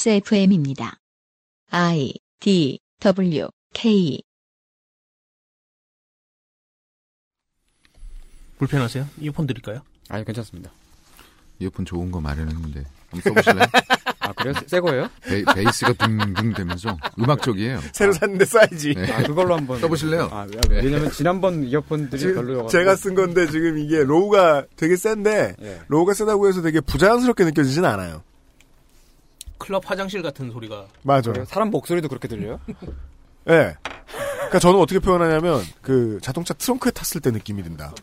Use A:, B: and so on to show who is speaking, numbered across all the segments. A: XSFM입니다. I D W K
B: 불편하세요? 이어폰 드릴까요?
C: 아니 괜찮습니다.
D: 이어폰 좋은 거 마련했는데 한번 써보실래요?
C: 아 그래요? 새- 새 거예요?
B: 네.
D: 베, 베이스가 둥둥 되면서 음악적이에요. 아.
E: 새로 샀는데 사이즈.
D: 네.
C: 아 그걸로 한번
D: 써보실래요?
C: 아, 아, 왜냐면 지난번 이어폰들이 별로여가지고
E: 제가 쓴 건데 지금 이게 로우가 되게 센데
C: 예.
E: 로우가 세다고 해서 되게 부자연스럽게 느껴지진 않아요.
B: 클럽 화장실 같은 소리가
E: 맞아요.
C: 그래요? 사람 목소리도 그렇게 들려요?
E: 예. 그러니까 저는 어떻게 표현하냐면 그 자동차 트렁크에 탔을 때 느낌이 든다.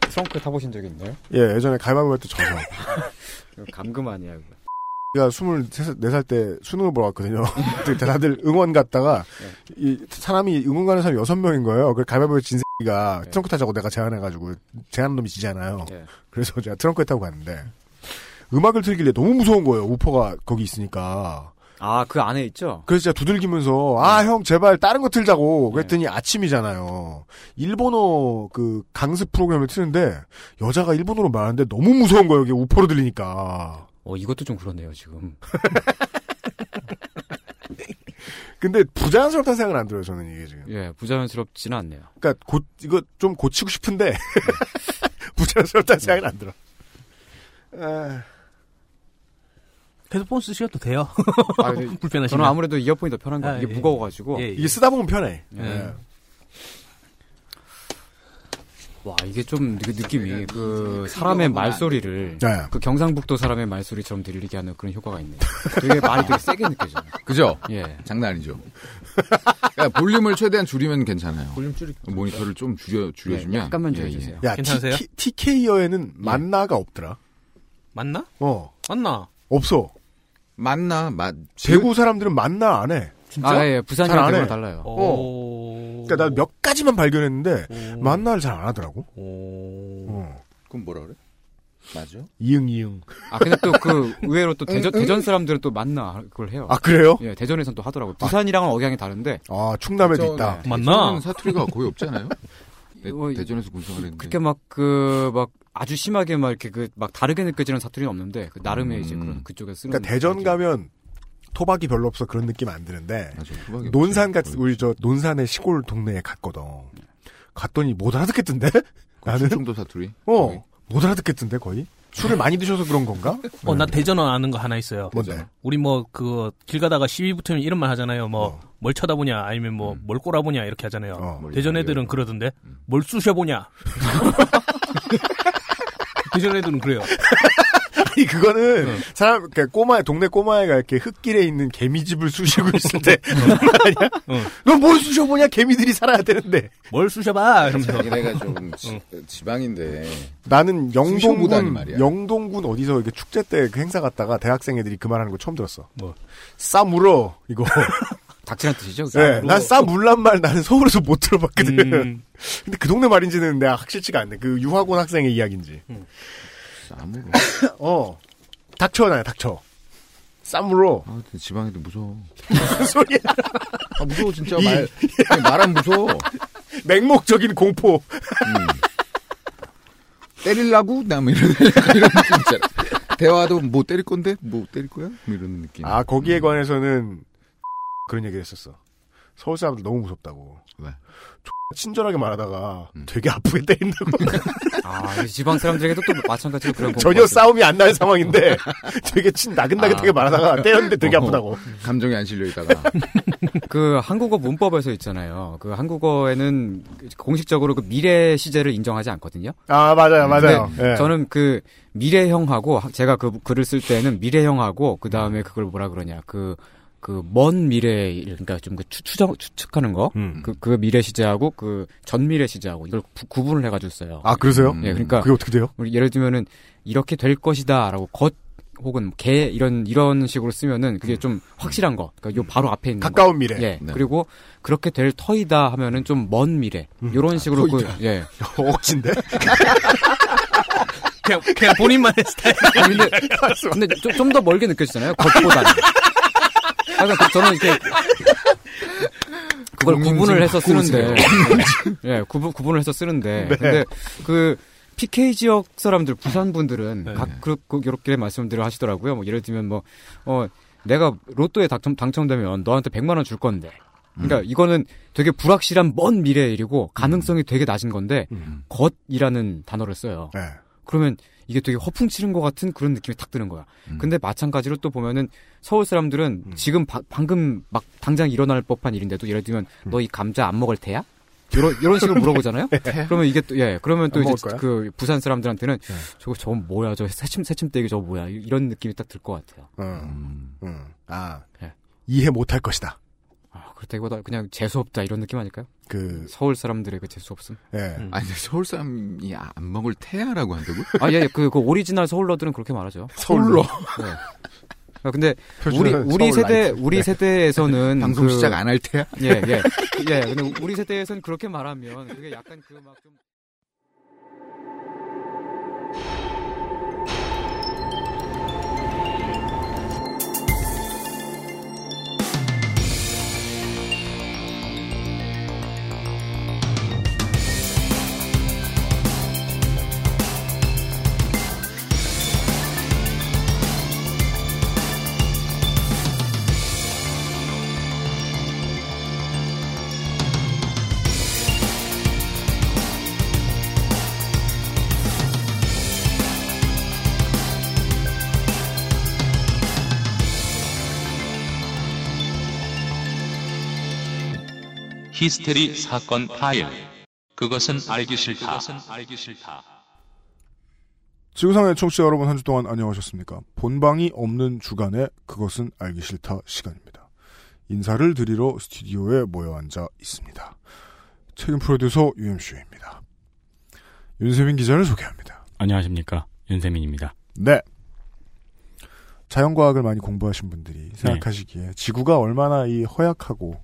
C: 트렁크 타보신 적이 있나요?
E: 예, 예전에 가위바위보 할때 져서
C: 이거 감금 아니야 이거.
E: 제가 24살 때 수능을 보러 갔거든요. 근데 다들 응원 갔다가 이 사람이 응원 가는 사람이 여섯 명인 거예요. 그래 가위바위보 진새끼가
C: 예.
E: 트렁크 타자고 내가 제안해가지고 제안한 놈이 지잖아요.
C: 예.
E: 그래서 제가 트렁크에 타고 갔는데 음악을 틀길래 너무 무서운 거예요. 우퍼가 거기 있으니까.
C: 아그 안에 있죠?
E: 그래서 제가 두들기면서 아
C: 네.
E: 형 제발 다른 거 틀자고 그랬더니 아침이잖아요. 일본어 그 강습 프로그램을 트는데 여자가 일본어로 말하는데 너무 무서운 거예요. 이게 우퍼로 들리니까.
C: 어 이것도 좀 그렇네요 지금.
E: 근데 부자연스럽다는 생각은 안 들어요. 저는 이게 지금.
C: 예 부자연스럽지는 않네요. 네.
E: 그러니까 고, 이거 좀 고치고 싶은데 부자연스럽다는 생각은 안 들어. 아,
B: 헤드폰 쓰셔도 돼요.
C: 아, 근데
B: 불편하시면.
C: 저는 아무래도 이어폰이 더 편한 거
B: 아,
C: 같아요. 이게
B: 예.
C: 무거워가지고
B: 예, 예.
E: 이게 쓰다 보면 편해.
C: 예.
E: 예.
C: 와 이게 좀 느-
B: 예.
C: 느낌이 그 사람의 말소리를
E: 네.
C: 그 경상북도 사람의 말소리처럼 들리게 하는 그런 효과가 있네요. 되게 말이 되게 세게 느껴져요.
D: 그죠?
C: 예.
D: 장난 아니죠. 그러니까 볼륨을 최대한 줄이면 괜찮아요.
B: 볼륨 줄이.
D: 모니터를 좀 줄여 줄여주면
C: 예, 약간만
D: 예,
C: 줄여주세요.
D: 예.
E: 야,
B: 네, 괜찮으세요?
E: T, TK어에는 만나가 없더라.
B: 맞나?
E: 어,
B: 맞나?
E: 없어.
D: 맞나 맞
E: 대구 사람들은 만나 안 해.
B: 진짜?
C: 아 예,
E: 잘안
C: 부산이랑 되게
E: 해.
C: 달라요.
B: 오.
E: 그러니까 나 몇 가지만 발견했는데
B: 오.
E: 만나를 잘 안 하더라고.
B: 오.
E: 어.
D: 그럼 뭐라 그래? 맞아?
E: 이응 이응.
C: 아 근데 또 그 의외로 또 대전 대전 사람들은 또 만나 그걸 해요.
E: 아 그래요?
C: 예, 대전에선 또 하더라고요. 부산이랑은 억양이 다른데
E: 아 충남에도
D: 저,
E: 있다.
D: 네.
B: 맞나?
D: 대전은 사투리가 거의 없잖아요. 대,
C: 어, 이-
D: 대전에서 군성을 했는데
C: 그렇게 막 그 막 아주 심하게 막 이렇게 그 막 다르게 느껴지는 사투리는 없는데 그 나름의 이제
D: 음.
C: 그런 그쪽에 쓰는
E: 그러니까 대전
C: 사투리.
E: 가면 토박이 별로 없어 그런 느낌 안 드는데
D: 맞아, 후방에
E: 논산 같
D: 없어요. 거의
E: 우리 저 논산의 시골 동네에 갔거든. 갔더니 못 알아듣겠던데? 나는
D: 충청도 사투리. 거의.
E: 어못 알아듣겠던데 거의 술을 많이 드셔서 그런 건가?
B: 어, 나 대전어 아는 거 하나 있어요.
E: 뭔데?
B: 우리 뭐, 그, 길 가다가 시비 붙으면 이런 말 하잖아요. 뭐, 뭘 쳐다보냐, 아니면 뭐,
C: 음.
B: 뭘 꼬라보냐, 이렇게 하잖아요.
E: 어,
D: 뭘
B: 대전 애들은
D: 이야기하고.
B: 그러던데, 뭘 쑤셔보냐. 대전 애들은 그래요.
E: 아니 그거는
D: 네.
E: 사람 그러니까 꼬마 동네 꼬마애가 이렇게 흙길에 있는 개미집을 쑤시고 있을 때
D: 네.
E: 아니야?
B: 응.
E: 너뭘 쑤셔보냐? 개미들이 살아야 되는데.
B: 뭘
E: 아,
B: 쑤셔봐! 이러면서.
D: 자기네가
E: 뭐.
D: 좀 지, 지방인데
E: 나는
D: 쑤셔보다니
E: 영동군
D: 말이야.
E: 영동군 어디서 이렇게 축제 때 그 행사 갔다가 대학생 애들이 그 말하는 거 처음 들었어.
B: 뭐.
E: 싸물어 이거.
C: 닥치란 뜻이죠. 그러니까 그게?
E: 네, 난 싸물란 말 나는 서울에서 못 들어봤거든.
B: 음.
E: 근데 그 동네 말인지는 내가 확실치가 않네. 그 유학원 학생의 이야기인지.
D: 아무로.
E: 어. 닥쳐 나야 닥쳐. 싸물어.
D: 아 근데 지방에도 무서워.
E: 무슨 소리야?
D: 아 무서워 진짜
E: 이-
D: 말 말안 무서워.
E: 어. 맹목적인 공포.
D: 음. 때릴라고? 나 뭐 이런, 이런 느낌 있잖아. 대화도 뭐 때릴 건데? 뭐 때릴 거야? 뭐 이런 느낌.
E: 아 거기에 관해서는 그런 얘기를 했었어. 서울 사람들 너무 무섭다고.
D: 왜?
E: 친절하게 말하다가
D: 음.
E: 되게 아프게 때린다고.
C: 아, 이 지방 사람들에게도 또 마찬가지로 그런 거
E: 전혀 싸움이 안 날 상황인데 되게 친 나긋나긋하게
C: 아.
E: 말하다가 때렸는데 되게 아프다고.
D: 어, 감정이 안 실려 있다가.
C: 그 한국어 문법에서 있잖아요. 그 한국어에는 공식적으로 그 미래 시제를 인정하지 않거든요.
E: 아 맞아요 맞아요. 예.
C: 저는 그 미래형하고 하- 제가 그 글을 쓸 때는 미래형하고 그 다음에 그걸 뭐라 그러냐 그 그 먼 미래 그러니까 좀 그 추정 추측하는 거 그
E: 음.
C: 그 미래 시제하고 그 전미래 시제하고 이걸 구- 구분을 해가지고 써요.
E: 아 그러세요?
D: 음.
C: 예, 그러니까
E: 그게 어떻게 돼요?
C: 우리 예를 들면은 이렇게 될 것이다라고 겉 혹은 개 이런 이런 식으로 쓰면은
B: 음.
C: 그게 좀 확실한 거. 그러니까 요 바로 앞에 있는 거.
E: 가까운 미래.
C: 예.
D: 네.
C: 그리고 그렇게 될 터이다 하면은 좀 먼 미래. 요런 식으로 그 예.
E: 음. 아, 억진데.
B: 그냥, 그냥 본인만의 스타일.
C: 아니, 근데, 근데 좀 더 멀게 느껴지잖아요. 겉보다는. 약간 그- 저는 이렇게 그걸
D: 공룡
C: 구분을
D: 좀
C: 해서 예,
D: 바꾸고
E: 네.
C: 쓰는데, 예, 구분 구분을 해서 쓰는데, 근데 그 PK 지역 사람들 부산 분들은
B: 네.
C: 각 그룹 그- 이렇게 말씀들을 하시더라고요. 뭐 예를 들면 뭐 어 내가 로또에 당첨, 당첨되면 너한테 100만 원 줄 건데.
E: 음.
C: 그러니까 이거는 되게 불확실한 먼 미래의 일이고 가능성이 되게 낮은 건데
E: 음.
C: 것이라는 단어를 써요.
E: 네.
C: 그러면 이게 되게 허풍치는 것 같은 그런 느낌이 탁 드는 거야.
D: 음.
C: 근데 마찬가지로 또 보면은 서울 사람들은
E: 음.
C: 지금 바- 방금 막 당장 일어날 법한 일인데도 예를 들면
E: 음.
C: 너 이 감자 안 먹을 테야? 이런 이런 식으로 물어보잖아요. 그러면 이게 또 예, 그러면 또
E: 네. 안
C: 이제
E: 먹을 네. 거야?
C: 그 부산 사람들한테는 저거 저건 뭐야? 저 새침 새침대기 저거 뭐야? 이런 느낌이 딱 들 것 같아요.
E: 음.
D: 음.
E: 음. 아
C: 네.
E: 이해 못할 것이다.
C: 아, 그렇다기보다 그냥 재수 없다 이런 느낌 아닐까요?
E: 그
C: 서울 사람들의 그 재수 없음.
E: 예.
B: 음.
D: 아니 근데 서울 사람이 안 먹을 태야라고 한다고?
C: 아, 예, 그, 그 오리지널 서울러들은 그렇게 말하죠.
E: 서울로
C: 네. 아, 근데 우리
E: 표준은
C: 우리
E: 서울
C: 세대
E: 라이트.
C: 우리
E: 네.
C: 세대에서는
D: 방송
C: 그-
D: 시작 안 할 테야?
C: 예, 예. 예, 근데 우리 세대에선 그렇게 말하면 그게 약간 그 막 좀.
F: 히스테리 사건 파일. 그것은 알기 싫다. 알기 싫다.
E: 지구상의 청취자 여러분 한 주 동안 안녕하셨습니까? 본방이 없는 주간에 그것은 알기 싫다 시간입니다. 인사를 드리러 스튜디오에 모여 앉아 있습니다. 책임 프로듀서 UMC입니다. 윤세민 기자를 소개합니다.
G: 안녕하십니까 윤세민입니다.
E: 네. 자연과학을 많이 공부하신 분들이 생각하시기에 지구가 얼마나 이 허약하고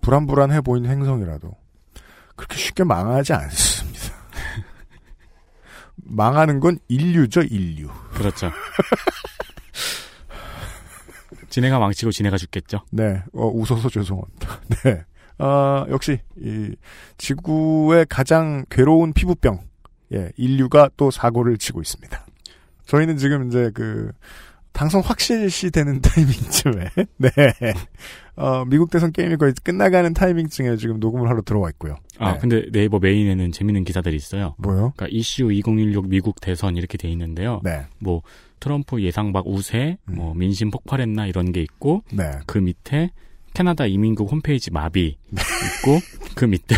E: 불안불안해 보이는 행성이라도 그렇게 쉽게 망하지 않습니다. 망하는 건 인류죠, 인류.
G: 그렇죠. 지네가 망치고 지네가 죽겠죠.
E: 네, 어, 웃어서 죄송합니다. 네. 아, 역시, 이, 지구의 가장 괴로운 피부병. 예, 인류가 또 사고를 치고 있습니다. 저희는 지금 이제 그, 당선 확실시 되는 타이밍쯤에, 네. 어, 미국 대선 게임이 거의 끝나가는 타이밍쯤에 지금 녹음을 하러 들어와 있고요.
G: 아
E: 네.
G: 근데 네이버 메인에는 재밌는 기사들이 있어요.
E: 뭐요?
G: 그러니까 이슈 2016 미국 대선 이렇게 돼 있는데요.
E: 네, 음.
G: 뭐 트럼프 예상박 우세, 뭐 민심 폭발했나 이런 게 있고
E: 네,
G: 그 밑에 캐나다 이민국 홈페이지 마비 있고 그 밑에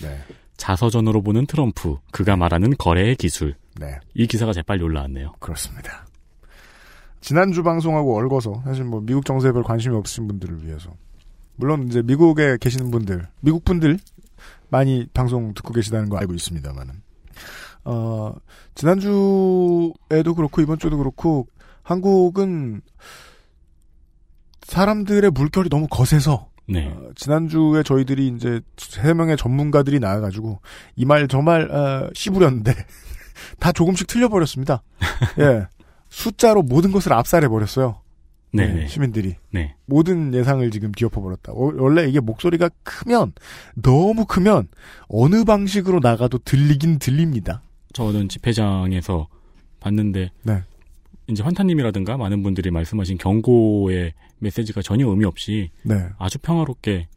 E: 네,
G: 자서전으로 보는 트럼프 그가 말하는 거래의 기술
E: 네.
G: 이 기사가 재빨리 올라왔네요.
E: 그렇습니다. 지난주 방송하고 얽어서 사실 뭐 미국 정세에 별 관심이 없으신 분들을 위해서 물론 이제 미국에 계시는 분들 미국 분들 많이 방송 듣고 계시다는 거 알고 있습니다만은 어, 지난주에도 그렇고 이번 주도 그렇고 한국은 사람들의 물결이 너무 거세서
G: 네.
E: 어, 지난주에 저희들이 이제 세 명의 전문가들이 나와가지고 이 말 저 말 씹으렸는데 다 조금씩 틀려버렸습니다. 예. 숫자로 모든 것을 압살해 버렸어요. 예,
G: 네. 네.
E: 시민들이
G: 네.
E: 모든 예상을 지금 뒤엎어 버렸다. 원래 이게 목소리가 크면 너무 크면 어느 방식으로 나가도 들리긴 들립니다.
G: 저는 집회장에서 봤는데
E: 네.
G: 이제 환타님이라든가 많은 분들이 말씀하신 경고의 메시지가 전혀 의미 없이
E: 네.
G: 아주 평화롭게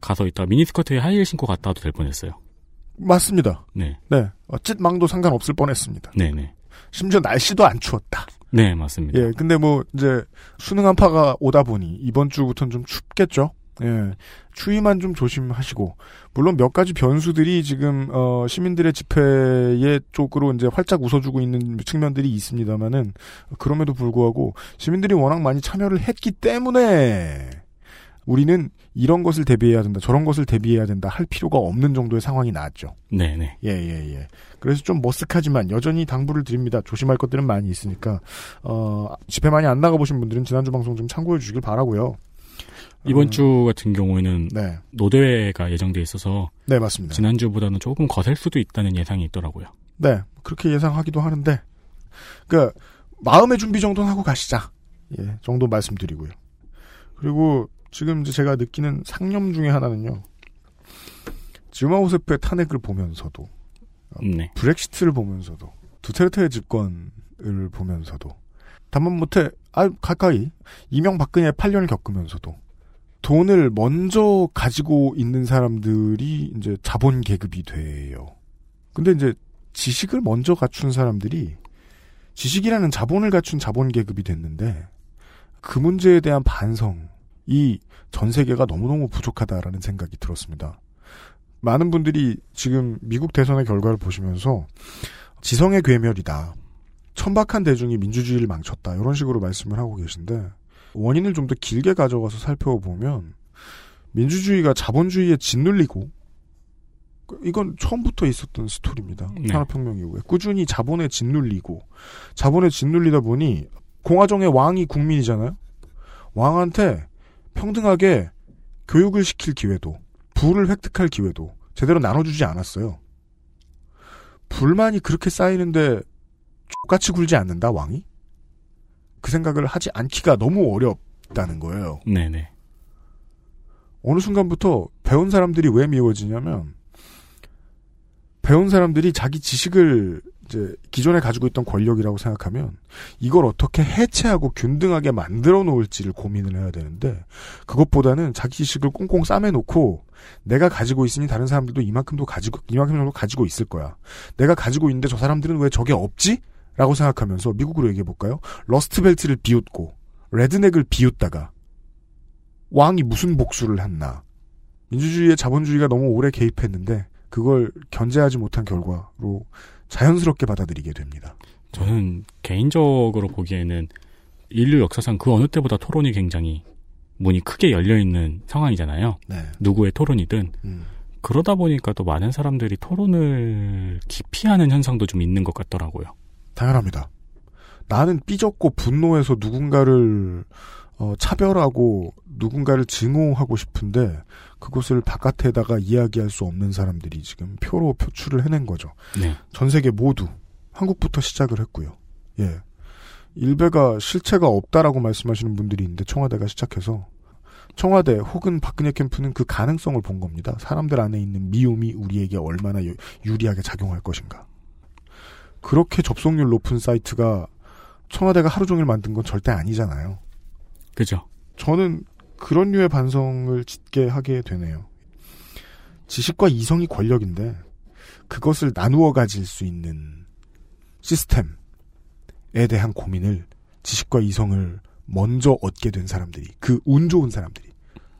G: 가서 있다 미니스커트에 하이힐 신고 갔다 와도 될 뻔했어요.
E: 맞습니다.
G: 네,
E: 네. 어쨌망도 상관없을 뻔했습니다.
G: 네, 네,
E: 심지어 날씨도 안 추웠다.
G: 네 맞습니다.
E: 예, 근데 뭐 이제 수능 한파가 오다 보니 이번 주부터는 좀 춥겠죠. 예, 추위만 좀 조심하시고 물론 몇 가지 변수들이 지금 어, 시민들의 집회의 쪽으로 이제 활짝 웃어주고 있는 측면들이 있습니다만은 그럼에도 불구하고 시민들이 워낙 많이 참여를 했기 때문에 우리는 이런 것을 대비해야 된다, 저런 것을 대비해야 된다 할 필요가 없는 정도의 상황이 나왔죠.
G: 네, 네,
E: 예, 예, 예. 그래서 좀 머쓱하지만 여전히 당부를 드립니다. 조심할 것들은 많이 있으니까, 어, 집회 많이 안 나가보신 분들은 지난주 방송 좀 참고해 주시길 바라고요
G: 이번
E: 음,
G: 주 같은 경우에는
E: 네.
G: 노대회가 예정돼 있어서
E: 네, 맞습니다.
G: 지난주보다는 조금 거셀 수도 있다는 예상이 있더라고요.
E: 네. 그렇게 예상하기도 하는데, 그, 마음의 준비 정도는 하고 가시자. 예, 정도 말씀드리고요. 그리고 지금 이제 제가 느끼는 상념 중에 하나는요. 지우마 호세프의 탄핵을 보면서도 어,
G: 네.
E: 브렉시트를 보면서도 두테르테의 집권을 보면서도 다만못해 아 가까이 이명박근혜 8년을 겪으면서도 돈을 먼저 가지고 있는 사람들이 이제 자본 계급이 돼요. 근데 이제 지식을 먼저 갖춘 사람들이 지식이라는 자본을 갖춘 자본 계급이 됐는데 그 문제에 대한 반성이 전 세계가 너무너무 부족하다라는 생각이 들었습니다. 많은 분들이 지금 미국 대선의 결과를 보시면서 지성의 괴멸이다. 천박한 대중이 민주주의를 망쳤다. 이런 식으로 말씀을 하고 계신데 원인을 좀 더 길게 가져가서 살펴보면 민주주의가 자본주의에 짓눌리고 이건 처음부터 있었던 스토리입니다.
G: 네.
E: 산업혁명 이후에 꾸준히 자본에 짓눌리고 자본에 짓눌리다 보니 공화정의 왕이 국민이잖아요. 왕한테 평등하게 교육을 시킬 기회도 부를 획득할 기회도 제대로 나눠주지 않았어요. 불만이 그렇게 쌓이는데 똑같이 굴지 않는다 왕이? 그 생각을 하지 않기가 너무 어렵다는 거예요.
G: 네네.
E: 어느 순간부터 배운 사람들이 왜 미워지냐면 배운 사람들이 자기 지식을 이제 기존에 가지고 있던 권력이라고 생각하면 이걸 어떻게 해체하고 균등하게 만들어 놓을지를 고민을 해야 되는데 그것보다는 자기 지식을 꽁꽁 싸매놓고 내가 가지고 있으니 다른 사람들도 이만큼도 가지고 이만큼 정도 가지고 있을 거야. 내가 가지고 있는데 저 사람들은 왜 저게 없지? 라고 생각하면서 미국으로 얘기해 볼까요? 러스트벨트를 비웃고 레드넥을 비웃다가 왕이 무슨 복수를 했나? 민주주의에 자본주의가 너무 오래 개입했는데 그걸 견제하지 못한 결과로 자연스럽게 받아들이게 됩니다.
G: 저는 개인적으로 보기에는 인류 역사상 그 어느 때보다 토론이 굉장히 문이 크게 열려 있는 상황이잖아요.
E: 네.
G: 누구의 토론이든
E: 음.
G: 그러다 보니까 또 많은 사람들이 토론을 기피하는 현상도 좀 있는 것 같더라고요.
E: 당연합니다. 나는 삐졌고 분노해서 누군가를 어, 차별하고 누군가를 증오하고 싶은데 그것을 바깥에다가 이야기할 수 없는 사람들이 지금 표로 표출을 해낸 거죠.
G: 네.
E: 전 세계 모두 한국부터 시작을 했고요. 예. 일베가 실체가 없다라고 말씀하시는 분들이 있는데 청와대가 시작해서 청와대 혹은 박근혜 캠프는 그 가능성을 본 겁니다. 사람들 안에 있는 미움이 우리에게 얼마나 유- 유리하게 작용할 것인가. 그렇게 접속률 높은 사이트가 청와대가 하루 종일 만든 건 절대 아니잖아요.
G: 그죠?
E: 저는 그런 류의 반성을 짙게 하게 되네요. 지식과 이성이 권력인데 그것을 나누어 가질 수 있는 시스템에 대한 고민을 지식과 이성을 먼저 얻게 된 사람들이 그 운 좋은 사람들이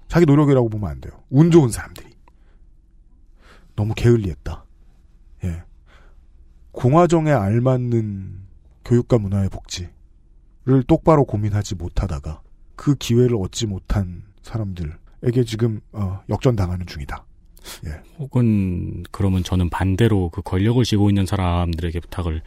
E: 자기 노력이라고 보면 안 돼요. 운 좋은 사람들이 너무 게을리했다. 예. 공화정에 알맞는 교육과 문화의 복지를 똑바로 고민하지 못하다가 그 기회를 얻지 못한 사람들에게 지금 어, 역전당하는 중이다. 예.
G: 혹은 그러면 저는 반대로 그 권력을 쥐고 있는 사람들에게 부탁을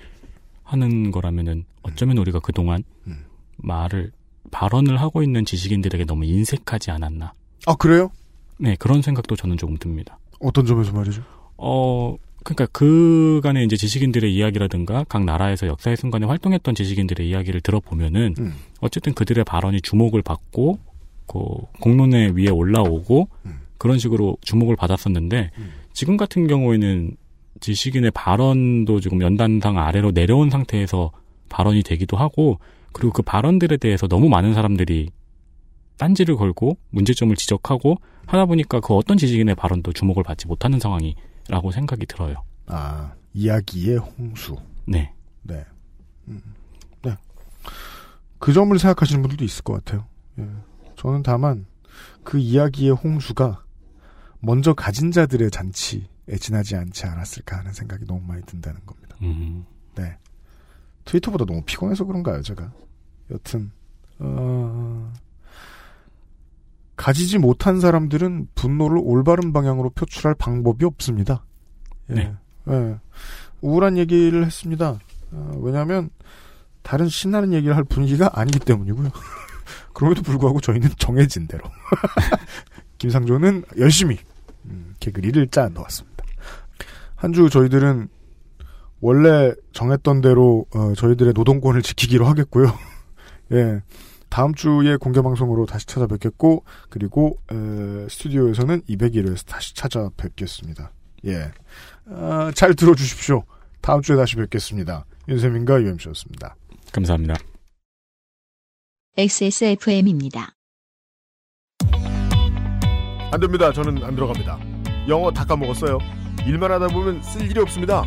G: 하는 거라면은 어쩌면 우리가 그동안
E: 음.
G: 말을 발언을 하고 있는 지식인들에게 너무 인색하지 않았나.
E: 아 그래요?
G: 네, 그런 생각도 저는 조금 듭니다.
E: 어떤 점에서 말이죠?
G: 어, 그러니까 그간의 이제 지식인들의 이야기라든가 각 나라에서 역사의 순간에 활동했던 지식인들의 이야기를 들어보면은
E: 음.
G: 어쨌든 그들의 발언이 주목을 받고 그 공론의 위에 올라오고
E: 음.
G: 그런 식으로 주목을 받았었는데 지금 같은 경우에는 지식인의 발언도 지금 연단상 아래로 내려온 상태에서 발언이 되기도 하고 그리고 그 발언들에 대해서 너무 많은 사람들이 딴지를 걸고 문제점을 지적하고 하다 보니까 그 어떤 지식인의 발언도 주목을 받지 못하는 상황이라고 생각이 들어요.
E: 아 이야기의 홍수.
G: 네.
E: 네. 음, 네. 그 점을 생각하시는 분들도 있을 것 같아요. 예. 저는 다만 그 이야기의 홍수가 먼저 가진 자들의 잔치에 지나지 않지 않았을까 하는 생각이 너무 많이 든다는 겁니다. 네.
G: 음,
E: 트위터보다 너무 피곤해서 그런가요, 제가? 여튼, 어, 가지지 못한 사람들은 분노를 올바른 방향으로 표출할 방법이 없습니다. 예.
G: 네.
E: 예. 우울한 얘기를 했습니다. 어, 왜냐하면 다른 신나는 얘기를 할 분위기가 아니기 때문이고요. 그럼에도 불구하고 저희는 정해진 대로 김상조는 열심히 음, 개그리를 짜 넣었습니다. 한 주 저희들은 원래 정했던 대로 어, 저희들의 노동권을 지키기로 하겠고요. 예. 다음 주에 공개 방송으로 다시 찾아뵙겠고 그리고 에, 스튜디오에서는 201회에서 다시 찾아뵙겠습니다.
H: 예. 어, 잘 들어주십시오. 다음 주에 다시 뵙겠습니다. 윤세민과 유엠씨였습니다.
G: 감사합니다.
A: XSFM입니다.
E: 안 됩니다. 저는 안 들어갑니다. 영어 다 까먹었어요. 일만 하다 보면 쓸 일이 없습니다.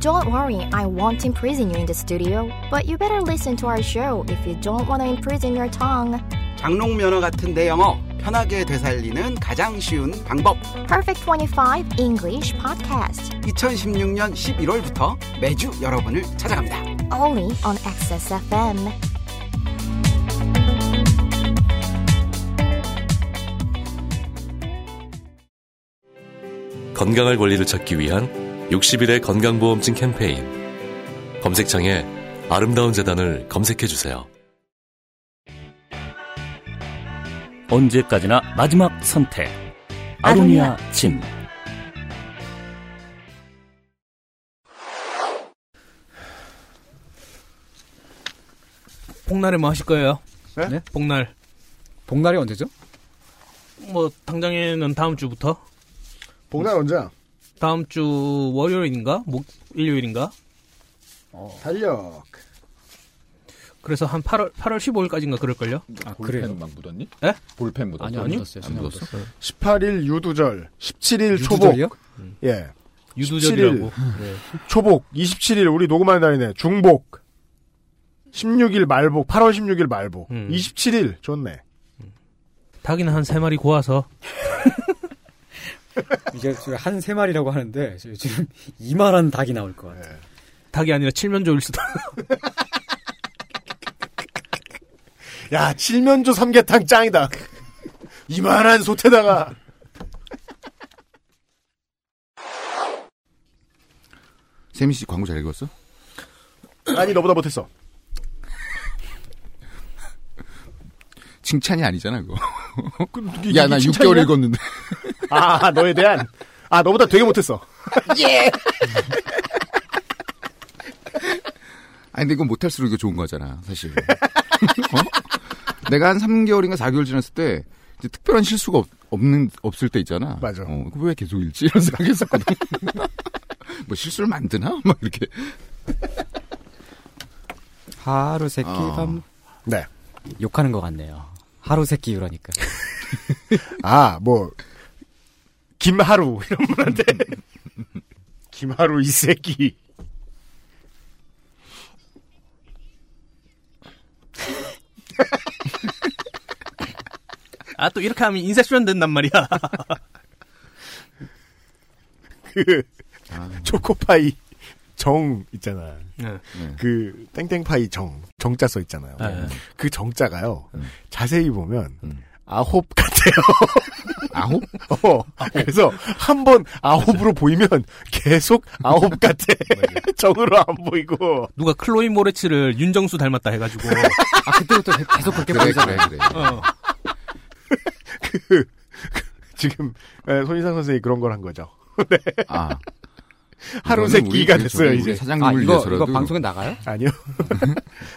I: Don't worry, I won't imprison you in the studio. But you better listen to our show if you don't want to imprison your tongue.
J: 장롱 면허 같은 내 영어 편하게 되살리는 가장 쉬운 방법.
I: Perfect 25 English Podcast.
J: 2016년 11월부터 매주 여러분을 찾아갑니다.
I: Only on XSFM.
K: 건강할 권리를 찾기 위한 60일의 건강보험증 캠페인. 검색창에 아름다운 재단을 검색해 주세요.
L: 언제까지나 마지막 선택. 아로니아 침.
B: 복날에 뭐 하실 거예요?
C: 네?
B: 복날.
C: 복날이 언제죠?
B: 뭐 당장에는 다음 주부터.
D: 복날 언제?
B: 다음 주 월요일인가? 목 일요일인가?
D: 어, 달력.
B: 그래서 한 8월 8월 15일까지인가 그럴걸요?
C: 아,
D: 볼펜 막 묻었니?
B: 에?
D: 볼펜 묻었어?
B: 아니요, 아니요. 안 묻었어요.
E: 18일 유두절, 17일
C: 유두절이요?
E: 초복. 예.
D: 네.
B: 유두절이라고. 네.
E: 초복, 27일 우리 녹음하는 날이네. 중복. 16일 말복, 8월 16일 말복.
B: 음.
E: 27일 좋네.
B: 닭이나 한 세 마리 고아서
C: 이게 한 세 마리라고 하는데 지금 이만한 닭이 나올 것 같아요.
B: 네. 닭이 아니라 칠면조일 수도.
E: 야, 칠면조 삼계탕 짱이다. 이만한 소태다가
D: 세민 씨 광고 잘 읽었어?
E: 아니 너보다 못했어.
D: 칭찬이 아니잖아 그거.
E: 이게
D: 야 나
E: 칭찬이야?
D: 6개월 읽었는데.
E: 아, 너에 대한 아, 너보다 되게 못했어.
H: 예.
D: 아니 근데 이건 못할수록 이거 좋은 거잖아 사실. 어? 내가 한 3개월인가 4개월 지났을 때 이제 특별한 실수가 없, 없는 없을 때 있잖아.
E: 맞아.
D: 어, 그거 왜 계속 읽지 이런 생각했었거든. 뭐 실수를 만드나 막 이렇게.
C: 하루 세끼
D: 어.
C: 밤
E: 네.
C: 욕하는 것 같네요. 하루 세끼 이러니까.
E: 아, 뭐 김하루 이런 분한테 김하루 이 새끼.
B: 아 또 이렇게 하면 인셉션 된단 말이야.
E: 그 초코파이 정 있잖아.
B: 네.
E: 그 땡땡파이 정 정자 써 있잖아요.
B: 네.
E: 그 정자가요.
D: 음.
E: 자세히 보면
D: 음.
E: 아홉 같아요.
D: 아홉?
E: 어, 그래서 한 번 아홉으로 보이면 계속 아홉 같아. 정으로 안 보이고.
B: 누가 클로이 모레츠를 윤정수 닮았다 해가지고.
C: 아 그때부터 계속 그렇게
D: 그래 그래
C: 보이잖아요.
D: 그래.
B: 어.
E: 그, 그, 지금 에, 손희상 선생이 그런 걸 한 거죠. 네.
D: 아
E: 하루
D: 이거는
E: 새끼가
D: 우리-
E: 됐어요
D: 우리
E: 이제.
D: 사장님을
C: 아 이거
D: 위해서라도
C: 이거 방송에 나가요?
E: 아니요.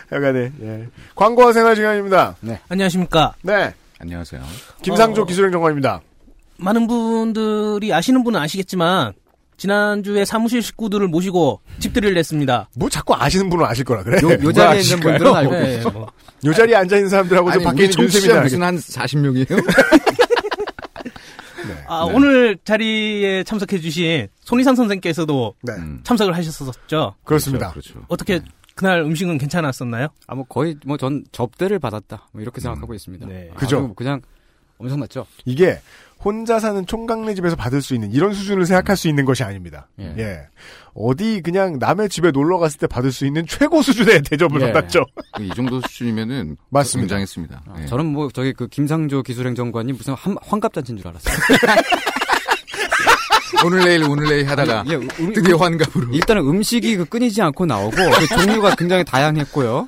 E: 하여간에 예. 광고와 생활 시간입니다.
B: 안녕하십니까.
E: 네,
D: 안녕하세요.
E: 김상조
B: 어.
E: 기술행 정관입니다.
B: 많은 분들이 아시는 분은 아시겠지만 지난주에 사무실 식구들을 모시고 집들이를 냈습니다.
E: 뭐 자꾸 아시는 분은 아실 거라 그래.
C: 요, 요
D: 누가
C: 자리에 있는
D: 아실까요?
C: 분들은 알고
B: 네,
C: 계시죠.
B: 뭐.
E: 요 자리에 앉아 있는 사람들하고 저
D: 아니
E: 밖에
D: 우리
E: 있는
D: 청취자
E: 윤세민이
D: 무슨 한 40명이에요?
E: 네.
B: 아, 오늘 자리에 참석해주신 손희상 선생께서도
E: 네,
C: 음.
B: 참석을 하셨었죠.
E: 그렇습니다.
D: 그렇죠.
B: 어떻게 그날 음식은 괜찮았었나요?
C: 네. 아뭐 거의 뭐 전 접대를 받았다 뭐 이렇게 생각하고 있습니다.
B: 네.
E: 음. 그죠.
C: 아주 그냥 엄청났죠.
E: 이게 혼자 사는 총각네 집에서 받을 수 있는 이런 수준을 생각할 수 있는 것이 아닙니다. 예.
C: 예.
E: 어디 그냥 남의 집에 놀러 갔을 때 받을 수 있는 최고 수준의 대접을
C: 예.
E: 받았죠.
D: 그 이 정도 수준이면은
E: 맞습니다.
D: 굉장했습니다.
C: 아,
D: 네.
C: 저는 뭐 저기 그 김상조 기술행정관이 무슨 함- 환갑잔치인 줄 알았어요.
D: 오늘 내일 오늘 내일 하다가
C: 아니, 예, 음-
D: 드디어 환갑으로.
C: 일단은 음식이 그 끊이지 않고 나오고 그 종류가 굉장히 다양했고요.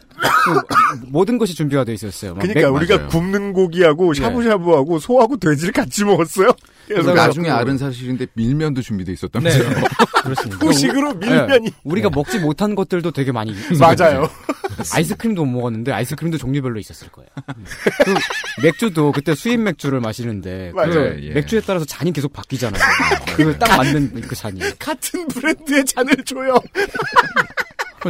C: 모든 것이 준비가 돼 있었어요. 막
E: 그러니까
C: 맥-
E: 우리가
C: 맞아요.
E: 굽는 고기하고 샤브샤브하고 소하고 돼지를 같이 먹었어요.
D: 그래서 나중에 알은 사실인데 밀면도 준비돼 있었다면서요.
C: 네. 그렇습니다.
E: 후식으로 밀면이.
C: 네. 우리가 먹지 못한 것들도 되게 많이 있었거든요.
E: 맞아요.
C: 아이스크림도 못 먹었는데 아이스크림도 종류별로 있었을 거예요. 그 맥주도 그때 수입 맥주를 마시는데 그
D: 맞아요, 예.
C: 맥주에 따라서 잔이 계속 바뀌잖아요. 그 딱 맞는 그 잔이.
E: 같은 브랜드의 잔을 줘요.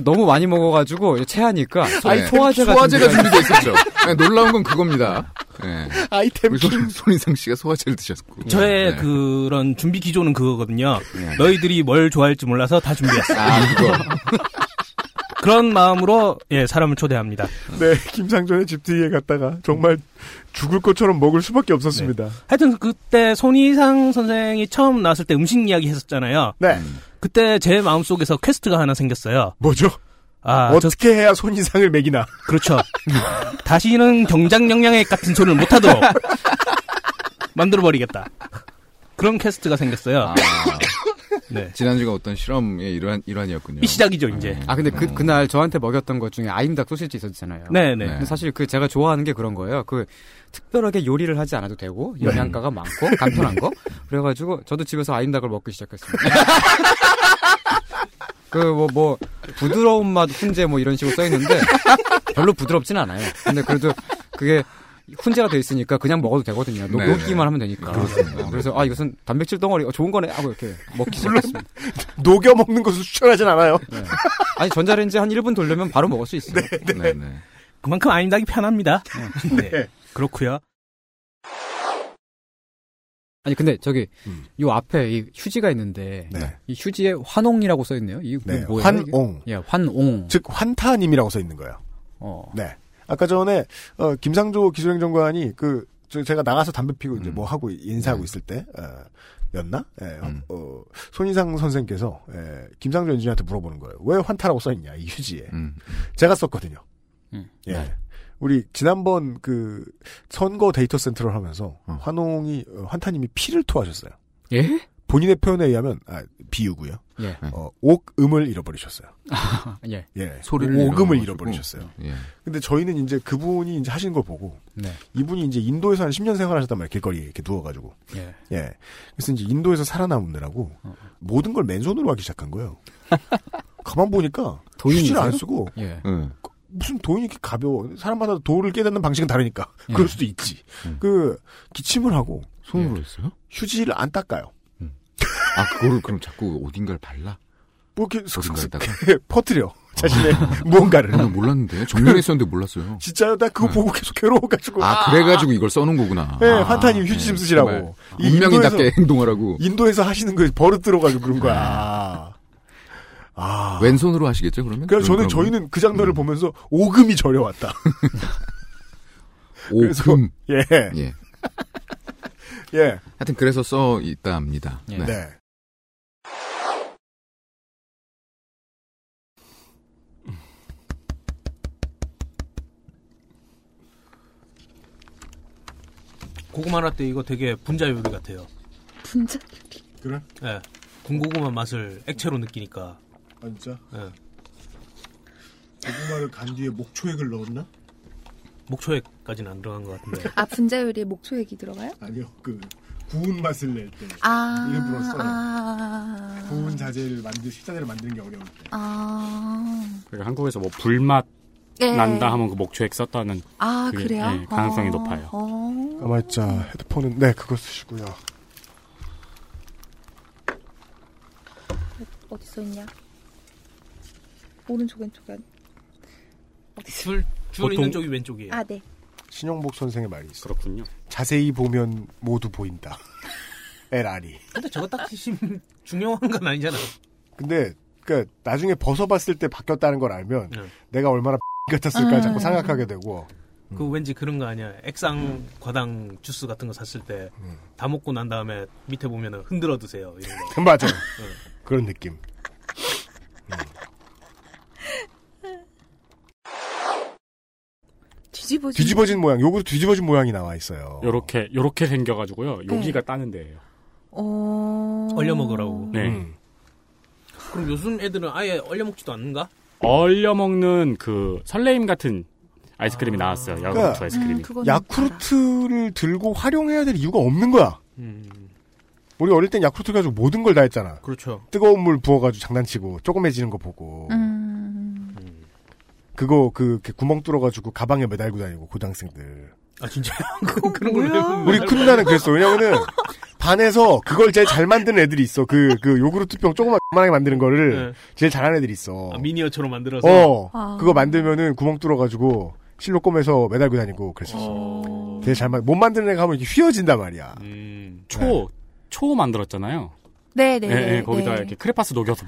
C: 너무 많이 먹어가지고 체하니까 소-
D: 아니,
C: 소화제가,
D: 소화제가 준비돼
C: 준비가-
D: 있었죠. 네, 놀라운 건 그겁니다. 네.
E: 아이템
D: 우리 손- 손인상 씨가 소화제를 드셨고.
B: 네, 저의 그런 준비 기조는 그거거든요. 너희들이 뭘 좋아할지 몰라서 다 준비했어.
D: 네, 아, 그거.
B: 그런 마음으로 예 사람을 초대합니다.
E: 네, 김상전의 집 뒤에 갔다가 정말 죽을 것처럼 먹을 수밖에 없었습니다.
B: 하여튼 그때 손희상 선생이 처음 나왔을 때 음식 이야기 했었잖아요.
E: 네.
D: 음.
B: 그때 제 마음속에서 퀘스트가 하나 생겼어요.
E: 뭐죠?
B: 아,
E: 어떻게 해야 손이상을 매기나?
B: 그렇죠. 다시는 경장 영양액 같은 소리를 못하도록 만들어버리겠다. 그런 퀘스트가 생겼어요.
D: 아.
C: 네.
D: 지난주가 어떤 실험의 일환, 일환이었군요. 음.
B: 이 시작이죠, 이제.
C: 아 근데 그 그날 저한테 먹였던 것 중에 아임닭 소시지 있었잖아요.
B: 네, 네.
C: 근데 사실 그 제가 좋아하는 게 그런 거예요. 그 특별하게 요리를 하지 않아도 되고
D: 네.
C: 영양가가 많고 간편한 거. 그래가지고 저도 집에서 아임닭을 먹기 시작했습니다. 그 뭐 뭐 부드러운 맛 훈제 뭐 이런 식으로 써 있는데 별로 부드럽진 않아요. 근데 그래도 그게 훈제가 돼 있으니까 그냥 먹어도 되거든요. 녹,
D: 네, 네.
C: 기만 하면 되니까.
D: 그렇습니다.
C: 그래서 아 이것은 단백질 덩어리 어, 좋은 거네 하고 이렇게 먹기 시작했습니다. 네.
E: 녹여 먹는 것을 추천하진 않아요.
C: 아니 전자레인지 한 1분 돌려면 바로 먹을 수 있어요.
E: 네,
C: 네,
B: 그만큼 아임닭이 편합니다. 네. 그렇고요
C: 아니 근데 저기
E: 음.
C: 요 앞에 이 휴지가 있는데 이 휴지에 환옹이라고 써 있네요. 이게
E: 네,
C: 그 뭐예요?
E: 환옹.
C: 이게? 예, 환옹.
E: 즉 환타님이라고 써 있는 거예요.
C: 어.
E: 네. 아까 전에 어, 김상조 기술행정관이 그 저- 제가 나가서 담배 피고
C: 음.
E: 이제 뭐 하고
C: 네.
E: 인사하고 있을 때 어, 였나? 예,
C: 음.
E: 어, 손희상 선생께서 예, 김상조 엔지니어한테 물어보는 거예요. 왜 환타라고 써 있냐 이 휴지에? 제가 썼거든요.
C: 음.
E: 예. 우리 지난번 그 선거 데이터 센터를 하면서 환홍이 어, 환타님이 피를 토하셨어요.
C: 예?
E: 본인의 표현에 의하면 아, 비유고요.
C: 예.
E: 어, 옥음을 잃어버리셨어요.
C: 예.
E: 예.
D: 소리를
E: 오금을
D: 잃어가지고.
E: 잃어버리셨어요. 음.
D: 예.
E: 근데 저희는 이제 그분이 이제 하신 걸 보고
C: 네.
E: 이분이 이제 인도에서 한 10년 생활하셨단 말이에요. 길거리에 이렇게 누워가지고.
C: 예.
E: 예. 그래서 이제 인도에서 살아남느라고 모든 걸 맨손으로 하기 시작한 거예요. 가만 보니까 휴지를 안 쓰고 네.
C: 예.
E: 무슨 돈이 이렇게 가벼워. 사람마다 돌을 깨닫는 방식은 다르니까. 그럴 수도 있지. 그 기침을 하고
D: 예. 음.
E: 예.
D: 손으로 했어요?
E: 휴지를 안 닦아요.
D: 아, 그거를 그럼 자꾸 어딘가를 발라?
E: 뭐 이렇게 슥슥
D: 어딘가에다가?
E: 퍼뜨려. 자신의 무언가를.
D: 아, 나 몰랐는데. 정면에 있었는데 몰랐어요.
E: 진짜요? 나 그거 보고 계속 괴로워가지고.
D: 네. 아, 그래가지고 이걸 써놓은 거구나.
E: 네,
D: 아,
E: 환타님 휴지 좀
D: 네,
E: 쓰시라고.
D: 정말
E: 이
D: 운명인답게
E: 인도에서-
D: 행동하라고.
E: 인도에서 하시는 거 버릇 들어가지고 그런 거야. 아.
D: 왼손으로 하시겠죠, 그러면?
E: 그래서 저는 저희는 그 장면을 보면서 오금이 저려왔다.
D: 오,
E: 그래서-
D: 금.
E: 예.
D: 예.
E: 예.
D: 하여튼 그래서 써 있다 합니다.
E: 네.
B: 고구마라 떼 이거 되게 분자 요리 같아요.
A: 분자
E: 그래?
B: 예. 군고구마 맛을 액체로 느끼니까.
E: 아, 진짜?
B: 예.
E: 고구마를 간 뒤에 목초액을 넣었나?
B: 목초액까지는 안 들어간 것
G: 네.
B: 같은데.
M: 아 분자 요리에 목초액이 들어가요?
E: 아니요, 그 구운 맛을 낼 때.
M: 아
E: 일부러 써요.
M: 아,
E: 구운 자재를 만들, 식자재를 만드는 게 어려울 때.
M: 아,
G: 그리고 한국에서 뭐 불맛
M: 예.
G: 난다 하면 그 목초액 썼다는
M: 아
G: 그게,
M: 그래요?
G: 예, 가능성이
M: 어,
G: 높아요.
M: 어.
E: 가만있자. 헤드폰은, 네, 그거 쓰시고요.
M: 어디 써 있냐? 오른쪽 왼쪽 안.
B: 줄, 줄 있는 쪽이
G: 예.
B: 왼쪽이에요.
M: 아 네.
E: 신영복 선생의 말이 있어요.
G: 그렇군요.
E: 자세히 보면 모두 보인다. LR이.
B: 근데 저거 딱히 심, 중요한 건 아니잖아.
E: 근데 그러니까 나중에 벗어봤을 때 바뀌었다는 걸 알면
B: 네.
E: 내가 얼마나 같았을까
B: 음.
E: 자꾸 생각하게 되고 음.
B: 그 왠지 그런 거 아니야. 액상 과당 주스 같은 거 샀을 때 다
E: 음.
B: 먹고 난 다음에 밑에 보면은 흔들어 드세요. 이런 거.
E: 음, 맞아요.
B: 네.
E: 그런 느낌.
M: 뒤집어진.
E: 뒤집어진 모양, 요것도 뒤집어진 모양이 나와 있어요.
G: 요렇게 요렇게 생겨가지고요. 여기가 따는 데예요.
M: 어.
B: 얼려 먹으라고. 음.
G: 네.
B: 그럼 요즘 애들은 아예 얼려 먹지도 않는가?
G: 얼려 먹는 그 설레임 같은 아이스크림이 나왔어요.
B: 그러니까.
G: 야구르트 아이스크림이.
E: 야쿠르트를 들고 활용해야 될 이유가 없는 거야. 우리 어릴 땐 야쿠르트 가지고 모든 걸 다 했잖아.
B: 음. 그렇죠.
E: 뜨거운 물 부어가지고 장난치고 조그매지는 거 보고
M: 음.
E: 그거 그 이렇게 구멍 뚫어가지고 가방에 매달고 다니고 고등학생들.
B: 아 진짜 그런 걸로
E: 우리 큰 누나는 그랬어. 왜냐면은 반에서 그걸 제일 잘 만드는 애들이 있어. 그 그 요구르트 병 조그만 만하게 만드는 거를 제일 잘하는 애들이 있어.
B: 네. 아, 미니어처로 만들어서
E: 어
B: 아.
M: 아.
E: 그거 만들면은 구멍 뚫어가지고 실로 꼬매서 매달고 다니고 그랬었어. 되게 잘못 만드는 애가 하면 이렇게 휘어진단 말이야.
B: 음.
E: 네.
G: 초, 초 만들었잖아요.
M: 네, 네,
G: 예, 예,
M: 네.
G: 거기다
M: 네.
G: 이렇게 크레파스 녹여서
M: 네,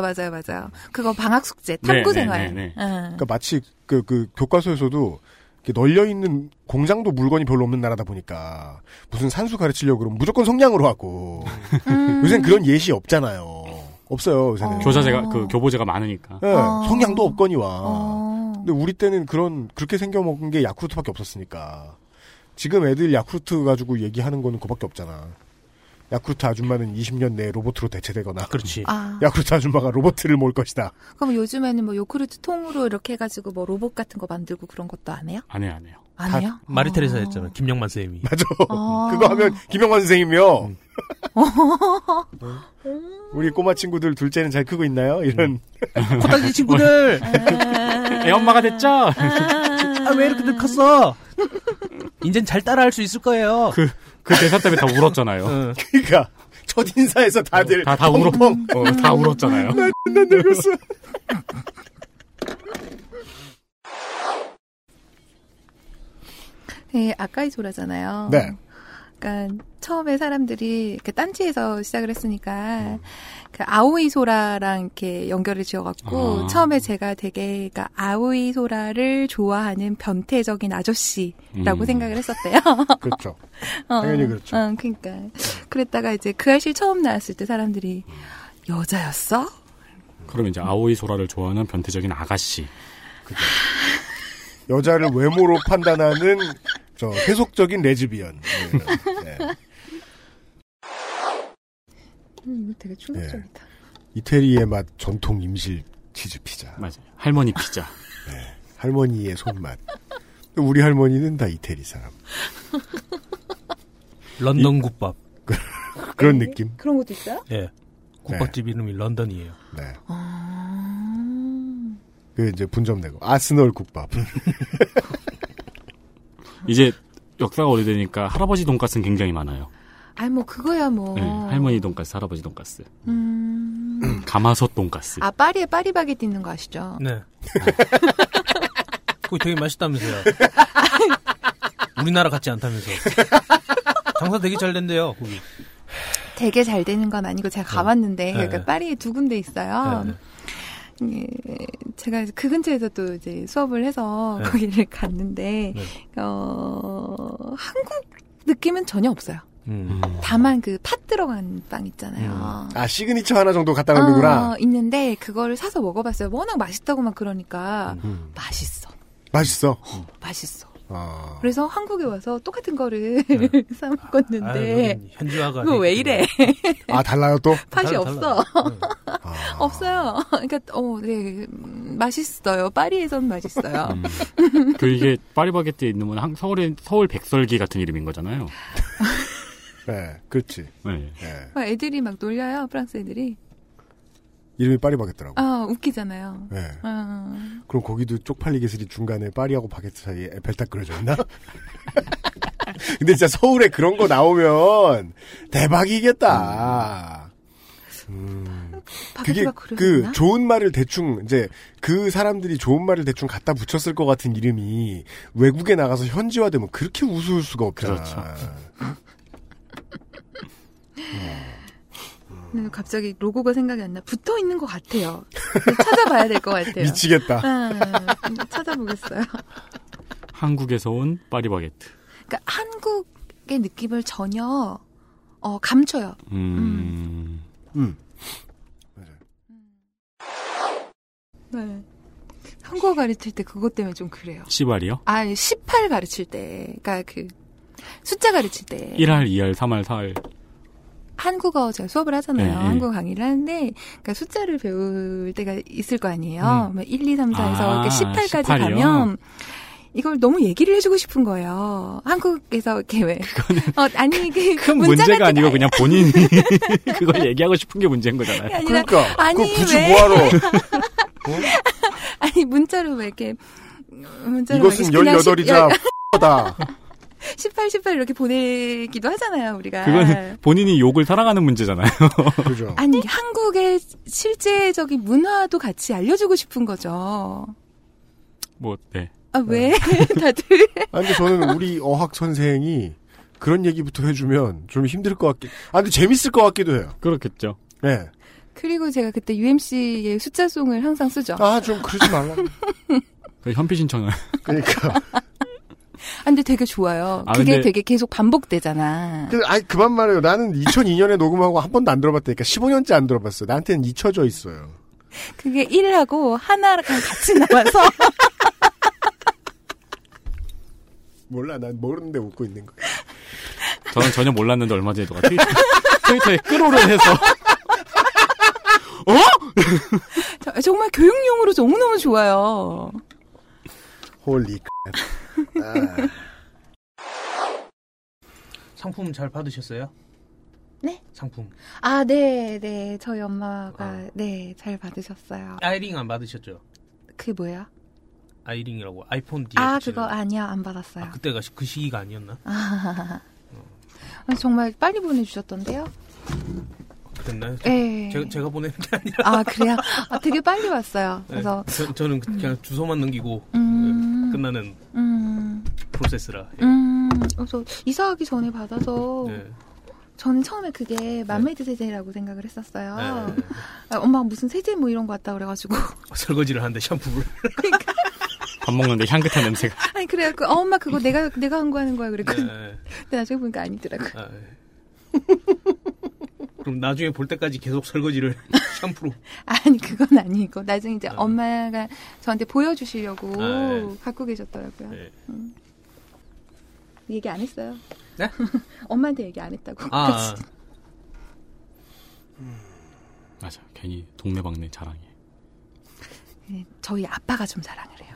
M: 맞아요, 맞아요, 맞아요. 그거 방학 숙제,
E: 네,
M: 탐구
E: 네,
M: 생활. 예.
E: 네, 네.
M: 응.
E: 그러니까 마치 그, 그 교과서에서도 이렇게 널려 있는 공장도 물건이 별로 없는 나라다 보니까 무슨 산수 가르치려고 그러면 무조건 성냥으로 하고 요새는 그런 예시 없잖아요. 없어요 요새는.
G: 교사제가 그 교보제가 많으니까.
E: 예, 성냥도 없거니와. 근데 우리 때는 그런 그렇게 생겨 먹은 게 야쿠르트밖에 없었으니까. 지금 애들 야쿠르트 가지고 얘기하는 거는 그밖에 없잖아. 야쿠르트 아줌마는 20년 내에 로봇으로 대체되거나.
B: 그렇지.
M: 아.
E: 야쿠르트 아줌마가 로봇을 몰 것이다.
M: 그럼 요즘에는 뭐 요크루트 통으로 이렇게 해가지고 뭐 로봇 같은 거 만들고 그런 것도 안 해요?
G: 안 해요, 안 해요.
M: 안 해요?
B: 마리텔에서 했잖아. 김영만 쌤이.
E: 맞아.
M: 아.
E: 그거 하면 김영환 선생님이요.
G: 음.
B: 어?
M: 어.
E: 우리 꼬마 친구들 둘째는 잘 크고 있나요? 이런.
B: 음. 코딱지 친구들.
G: 애 엄마가 됐죠?
B: 아, 왜 이렇게 늙었어? 이젠 잘 따라할 수 있을 거예요.
G: 그, 그 대사 때문에 다 울었잖아요.
B: 음.
E: 그러니까 첫 인사에서 다들
G: 다, 다 울었, 어, 다 울었잖아요.
E: 네. 나 존나 늙었어.
M: 네, 아까이소라잖아요.
E: 네.
M: 그러니까 처음에 사람들이 그 딴지에서 시작을
N: 음.
M: 했으니까 그 아오이소라랑 이렇게 연결을 지어갖고
N: 아.
M: 처음에 제가 되게 그러니까 아오이소라를 좋아하는 변태적인 아저씨라고
N: 음.
M: 생각을 했었대요.
E: 그렇죠.
M: 어,
N: 당연히 그렇죠.
M: 어, 그러니까 그랬다가 이제 그 아저씨 처음 나왔을 때 사람들이 여자였어?
G: 그럼 이제 아오이 소라를 좋아하는 변태적인 아가씨.
E: 여자를 외모로 판단하는 저 세속적인 레즈비언. 네. 네.
M: 음, 이거 되게 충격적이다.
E: 이태리의 맛 전통 임실 치즈 피자. 네.
G: 맞아요. 할머니 피자.
E: 할머니의 손맛. 우리 할머니는 다 이태리 사람.
B: 런던 국밥.
E: 그런
N: 네.
E: 느낌?
M: 그런 것도 있어요?
B: 예. 국밥집 이름이 런던이에요.
E: 네. 그 이제 분점 내고 아스널 국밥.
G: 이제 역사가 오래되니까 할아버지 돈가스는 굉장히 많아요.
M: 아니 뭐 그거야 뭐.
G: 네, 할머니 돈가스, 할아버지 돈가스.
M: 음.
G: 가마솥 돈가스.
M: 아 파리에 파리바게트 있는 거 아시죠?
B: 네. 그거 되게 맛있다면서요. 우리나라 같지 않다면서. 장사 되게 잘 된대요, 거기.
M: 되게 잘 되는 건 아니고 제가 가봤는데
B: 네.
M: 그러니까 파리에 두 군데 있어요.
B: 네,
M: 예, 제가 이제 그 근처에서 또 이제 수업을 해서
N: 네.
M: 거기를 갔는데
B: 네.
M: 어, 한국 느낌은 전혀 없어요. 다만 그 팥 들어간 빵
B: 음.
M: 있잖아요.
E: 아 시그니처 하나 정도 갖다 놓는구나.
M: 어, 있는데 그거를 사서 먹어봤어요. 워낙 맛있다고만 그러니까
B: 음.
M: 맛있어,
E: 음.
M: 음.
E: 맛있어.
M: 맛있어.
E: 아.
M: 그래서 한국에 와서 똑같은 거를 사 먹었는데
B: 네. 아유, 현지화가.
M: 그거 왜 이래?
E: 아 달라요 또?
M: 팥이
B: 달라,
M: 없어.
E: 아.
M: 없어요. 그러니까 어, 네. 음, 맛있어요. 파리에선 맛있어요.
E: 음.
G: 그 이게 파리바게트에 있는 건 한- 서울에 서울 백설기 같은 이름인 거잖아요.
E: 네, 그렇지.
G: 네.
M: 막 애들이 막 놀려요. 프랑스 애들이.
E: 이름이 파리 바게트라고.
M: 아, 웃기잖아요.
E: 네.
M: 어.
E: 그럼 거기도 쪽팔리 게슬이 중간에 파리하고 바게트 사이에 에펠탑 그려져 있나? 근데 진짜 서울에 그런 거 나오면 대박이겠다. 그게
M: 바게트가 그려져
E: 그
M: 있나?
E: 좋은 말을 대충 이제 그 사람들이 좋은 말을 대충 갖다 붙였을 것 같은 이름이 외국에 나가서 현지화되면 그렇게 우스울 수가 없잖아.
G: 그렇죠.
M: 근데 갑자기 로고가 생각이 안 나. 붙어 있는 것 같아요. 찾아봐야 될 것 같아요.
E: 미치겠다.
M: 음, 찾아보겠어요.
G: 한국에서 온 파리바게트.
M: 그러니까 한국의 느낌을 전혀 어, 감춰요.
G: 음.
M: 네. 한국어 가르칠 때 그것 때문에 좀 그래요.
G: 시발이요?
M: 아, 18 가르칠 때, 그러니까 그 숫자 가르칠 때,
G: 1할, 2할, 3할, 4할.
M: 한국어 제가 수업을 하잖아요.
G: 네, 네.
M: 한국어 강의를 하는데 그러니까 숫자를 배울 때가 있을 거 아니에요. 뭐 1, 2, 3, 4에서
G: 아,
M: 이렇게 18까지
G: 18 이요?
M: 가면 이걸 너무 얘기를 해주고 싶은 거예요. 한국에서 이렇게 왜? 어, 아니 그 문장
G: 문제가
M: 같은 거
G: 아니고 그냥 본인이 그걸 얘기하고 싶은 게 문제인 거잖아요.
M: 그 아니라
G: 그러니까
M: 아니 왜? 아니 문자로 왜 이렇게 문자로
H: 이것은
M: 막 그냥
H: 18이자
M: 십-
H: 다
M: 18, 18 이렇게 보내기도 하잖아요 우리가.
G: 그건 본인이 욕을 사랑하는 문제잖아요.
H: 그죠.
M: 아니 한국의 실제적인 문화도 같이 알려주고 싶은 거죠.
G: 뭐, 네.
M: 아 왜? 다들
E: 아, 근데 저는 우리 어학 선생이 그런 얘기부터 해주면 좀 힘들 것 같기. 아, 근데 재밌을 것 같기도 해요.
G: 그렇겠죠.
E: 네.
M: 그리고 제가 그때 UMC의 숫자송을 항상 쓰죠.
E: 아, 좀 그러지 말라.
G: 그 현피 신청을.
E: 그러니까.
M: 아, 근데 되게 좋아요.
E: 아,
M: 그게
E: 근데-
M: 되게 계속 반복되잖아.
E: 그, 아니, 그만 말해요. 나는 2002년에 녹음하고 한 번도 안 들어봤다니까. 15년째 안 들어봤어요. 나한테는 잊혀져 있어요.
M: 그게 1하고 하나랑 같이 나와서
E: 몰라. 난 모르는데 웃고 있는 거야.
G: 저는 전혀 몰랐는데 얼마 전에
E: 어,
G: 누가 트위터, 트위터에 끌어오를 해서.
E: 어?
M: 저- 정말 교육용으로 너무너무 좋아요.
E: 홀리. 아.
B: 상품 잘 받으셨어요?
M: 네?
B: 상품.
M: 아, 네, 네. 저희 엄마가, 네, 잘 받으셨어요.
B: 아이링 안 받으셨죠?
M: 그게 뭐예요?
B: 아이링이라고 아이폰
E: 예,
B: DX.
M: 아, 그거 아니요. 안 받았어요. 아,
B: 그때가 시- 그 시기가 아니었나?
M: 아, 정말 빨리 보내주셨던데요?
B: 그랬나요?
M: 네.
B: 제가, 제가 보낸 게 아니라.
M: 아, 그래요? 아, 되게 빨리 왔어요.
B: 네,
M: 그래서,
B: 저, 저는 그냥 주소만 넘기고
M: 음.
B: 네, 끝나는
M: 음,
B: 프로세스라. 예.
M: 음, 그래서 이사하기 전에 받아서,
B: 네.
M: 저는 처음에 그게 맘메이드 세제라고 생각을 했었어요.
B: 네.
M: 아, 엄마 무슨 세제 뭐 이런 거 왔다 그래가지고.
B: 설거지를 하는데 샴푸를.
M: 그러니까.
G: 밥 먹는데 향긋한 냄새가.
M: 아니, 그래요. 그, 어, 엄마 그거 내가, 내가 광고하는 거야. 그래. 근
B: 네.
M: 근데 나중에 보니까 아니더라고.
B: 아, 예. 그럼 나중에 볼 때까지 계속 설거지를 샴푸로.
M: 아니 그건 아니고 나중에 이제 엄마가 저한테 보여주시려고
B: 네. 아, 예.
M: 갖고 계셨더라고요.
B: 예.
M: 음. 얘기 안 했어요.
B: 네?
M: 엄마한테 얘기 안 했다고.
B: 아,
G: 음. 맞아. 괜히 동네방네 자랑해.
M: 예, 저희 아빠가 좀 자랑을 해요.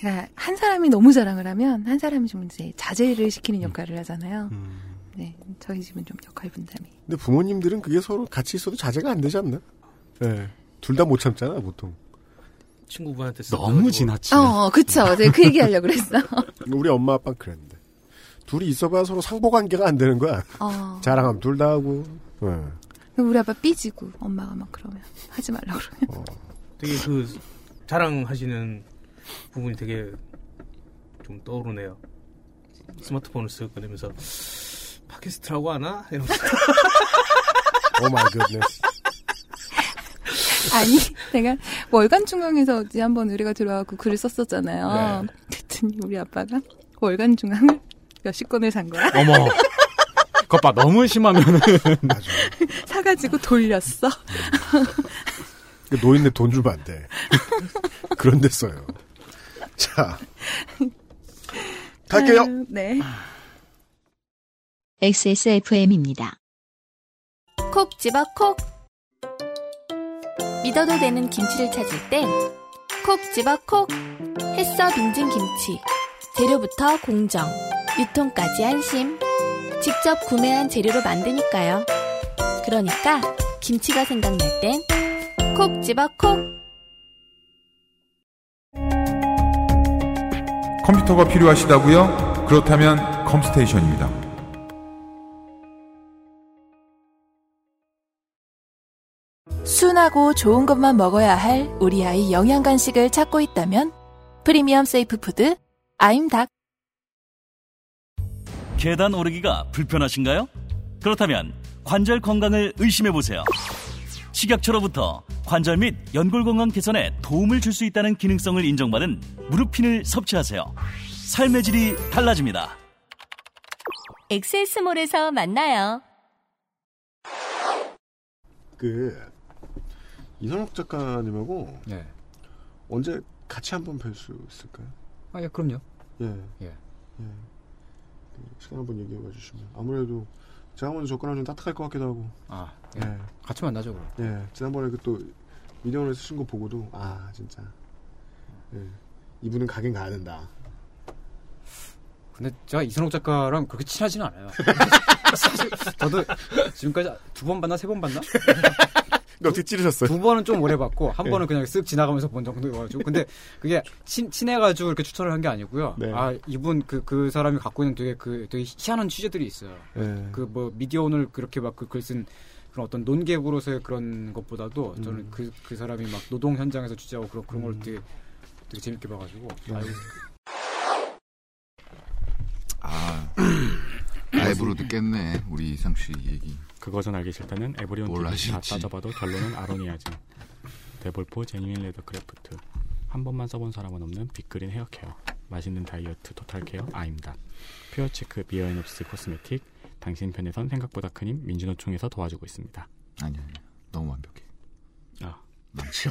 M: 그러니까 한 사람이 너무 자랑을 하면 한 사람이 좀 이제 자제를 시키는 역할을 하잖아요.
B: 음.
M: 네, 저희 집은 좀 역할 분담이.
E: 근데 부모님들은 그게 서로 같이 있어도 자제가 안 되지 않나? 네. 둘 다 못 참잖아, 보통.
B: 친구분한테
G: 너무 지나치.
M: 어, 그쵸. 제가 그 얘기 하려고 그랬어.
E: 우리 엄마 아빠는 그랬는데. 둘이 있어봐야 서로 상보 관계가 안 되는 거야.
M: 어.
E: 자랑하면 둘 다 하고. 네.
M: 우리 아빠 삐지고 엄마가 막 그러면 하지 말라고 그러면.
B: 되게 그 자랑하시는 부분이 되게 좀 떠오르네요. 스마트폰을 쓰고 그러면서 팟캐스트라고 하나? 이러면서
E: 오 마이 굿네스.
M: 아니, 내가 월간 중앙에서 이제 한번 의뢰가 들어와고 글을 썼었잖아요.
O: 네.
M: 그랬더니 우리 아빠가 월간 중앙을 몇십 권을 산 거야.
G: 어머. 그것 봐, 너무 심하면은.
M: 사가지고 돌렸어.
O: 음.
E: 그러니까 노인네 돈 주면 안 돼. 그런데 써요. 자. 갈게요.
M: 아유, 네.
A: XSFM입니다.
N: 콕 집어 콕 믿어도 되는 김치를 찾을 땐 콕 집어 콕 햇서 빙진 김치 재료부터 공정 유통까지 안심 직접 구매한 재료로 만드니까요 그러니까 김치가 생각날 땐 콕 집어 콕
P: 컴퓨터가 필요하시다고요? 그렇다면 컴스테이션입니다.
O: 순하고 좋은 것만 먹어야 할 우리 아이 영양 간식을 찾고 있다면 프리미엄 세이프 푸드 아임닭
Q: 계단 오르기가 불편하신가요? 그렇다면 관절 건강을 의심해 보세요. 식약처로부터 관절 및 연골 건강 개선에 도움을 줄 수 있다는 기능성을 인정받은 무릎핀을 섭취하세요. 삶의 질이 달라집니다.
N: 엑세스몰에서 만나요
E: 그 이선욱 작가님하고
C: 네.
E: 언제 같이 한번 뵐 수 있을까요?
C: 아, 예, 그럼요.
E: 예.
C: 예.
E: 예. 그 시간 한번 얘기해 봐 주시면 아무래도
H: 제가 먼저 접근하면 좀 따뜻할 것 같기도 하고.
C: 아,
H: 예.
C: 같이 만나죠, 그럼.
E: 네.
H: 예, 지난번에 그또 미디어로 쓰신 거 보고도 아 진짜 예, 이분은 가긴 가야 된다.
C: 근데 제가 이선옥 작가랑 그렇게 친하지는 않아요. 사실 저도 지금까지 두 번 봤나 세 번 봤나?
E: 근데 어떻게 찌르셨어요?
C: 두 번은 좀 오래 봤고 한
E: 예.
C: 번은 그냥 쓱 지나가면서 본 정도여가지고 근데 그게 친, 친해가지고 이렇게 추천을 한 게 아니고요.
E: 네.
C: 아 이분 그 그 사람이 갖고 있는 되게 그 되게 희한한 취재들이 있어요.
E: 예.
C: 그 뭐 미디어 오늘 그렇게 막 그 글 쓴 그런 어떤 논객으로서의 그런 것보다도
E: 음.
C: 저는 그 그 사람이 막 노동 현장에서 취재하고 그런 그런 걸 되게 되게 재밌게 봐가지고 아유,
D: 아, 라이브로 듣겠네 우리 이상 씨 얘기.
G: 그것은 알기 싫다는 에브리온
D: 뭘
G: TV 다
D: 하실지.
G: 따져봐도 결론은 아로니아즘. 데볼포 제뉴인 레더크래프트. 한 번만 써본 사람은 없는 빅그린 헤어케어. 맛있는 다이어트 토탈케어 아임닷. 퓨어체크 비어앤옵스 코스메틱. 당신 편에선 생각보다 큰 힘 민주노총에서 도와주고 있습니다.
D: 아니요, 너무 완벽해.
G: 아.
D: 망치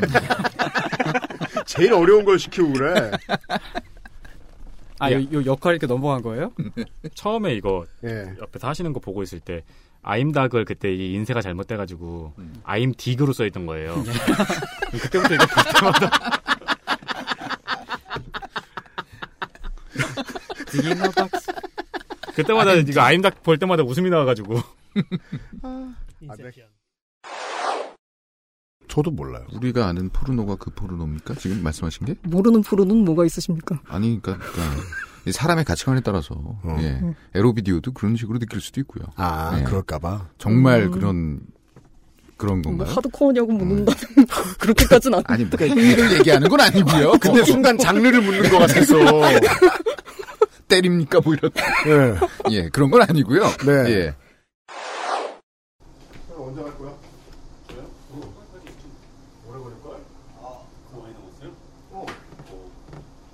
H: 제일 어려운 걸 시키고 그래.
C: 아, 요, 요 역할 이렇게 넘어간 거예요?
G: 처음에 이거
H: 예.
G: 옆에서 하시는 거 보고 있을 때 아임닭을 그때 이 인쇄가 잘못돼가지고 아임딕으로 써있던 음. 거예요. 그때부터 이거 볼 때마다 그때마다 이거 아임닭 볼 때마다 웃음이 나와가지고
F: 아.
D: 저도 몰라요. 우리가 아는 포르노가 그 포르노입니까? 지금 말씀하신 게?
R: 모르는 프로는 뭐가 있으십니까?
D: 아니, 그러니까, 그러니까 이 사람의 가치관에 따라서 예,
R: 음.
D: 에로비디오도 그런 식으로 느낄 수도 있고요.
E: 어.
D: 예.
E: 아, 그럴까봐.
D: 정말
R: 음.
D: 그런 그런
R: 뭐
D: 건가요?
R: 하드코어냐고 묻는다. 면 그렇게까지는 그러니까
D: 아니, 뭐 행위를 얘기하는 건 아니고요.
E: 근데 순간 장르를 묻는 것 같았어.
D: 때립니까 뭐 이런. 예. 그런 건 아니고요. 네. 예.
H: 언제 갈 거야? 어. 오래 걸릴 아. 걸? 어.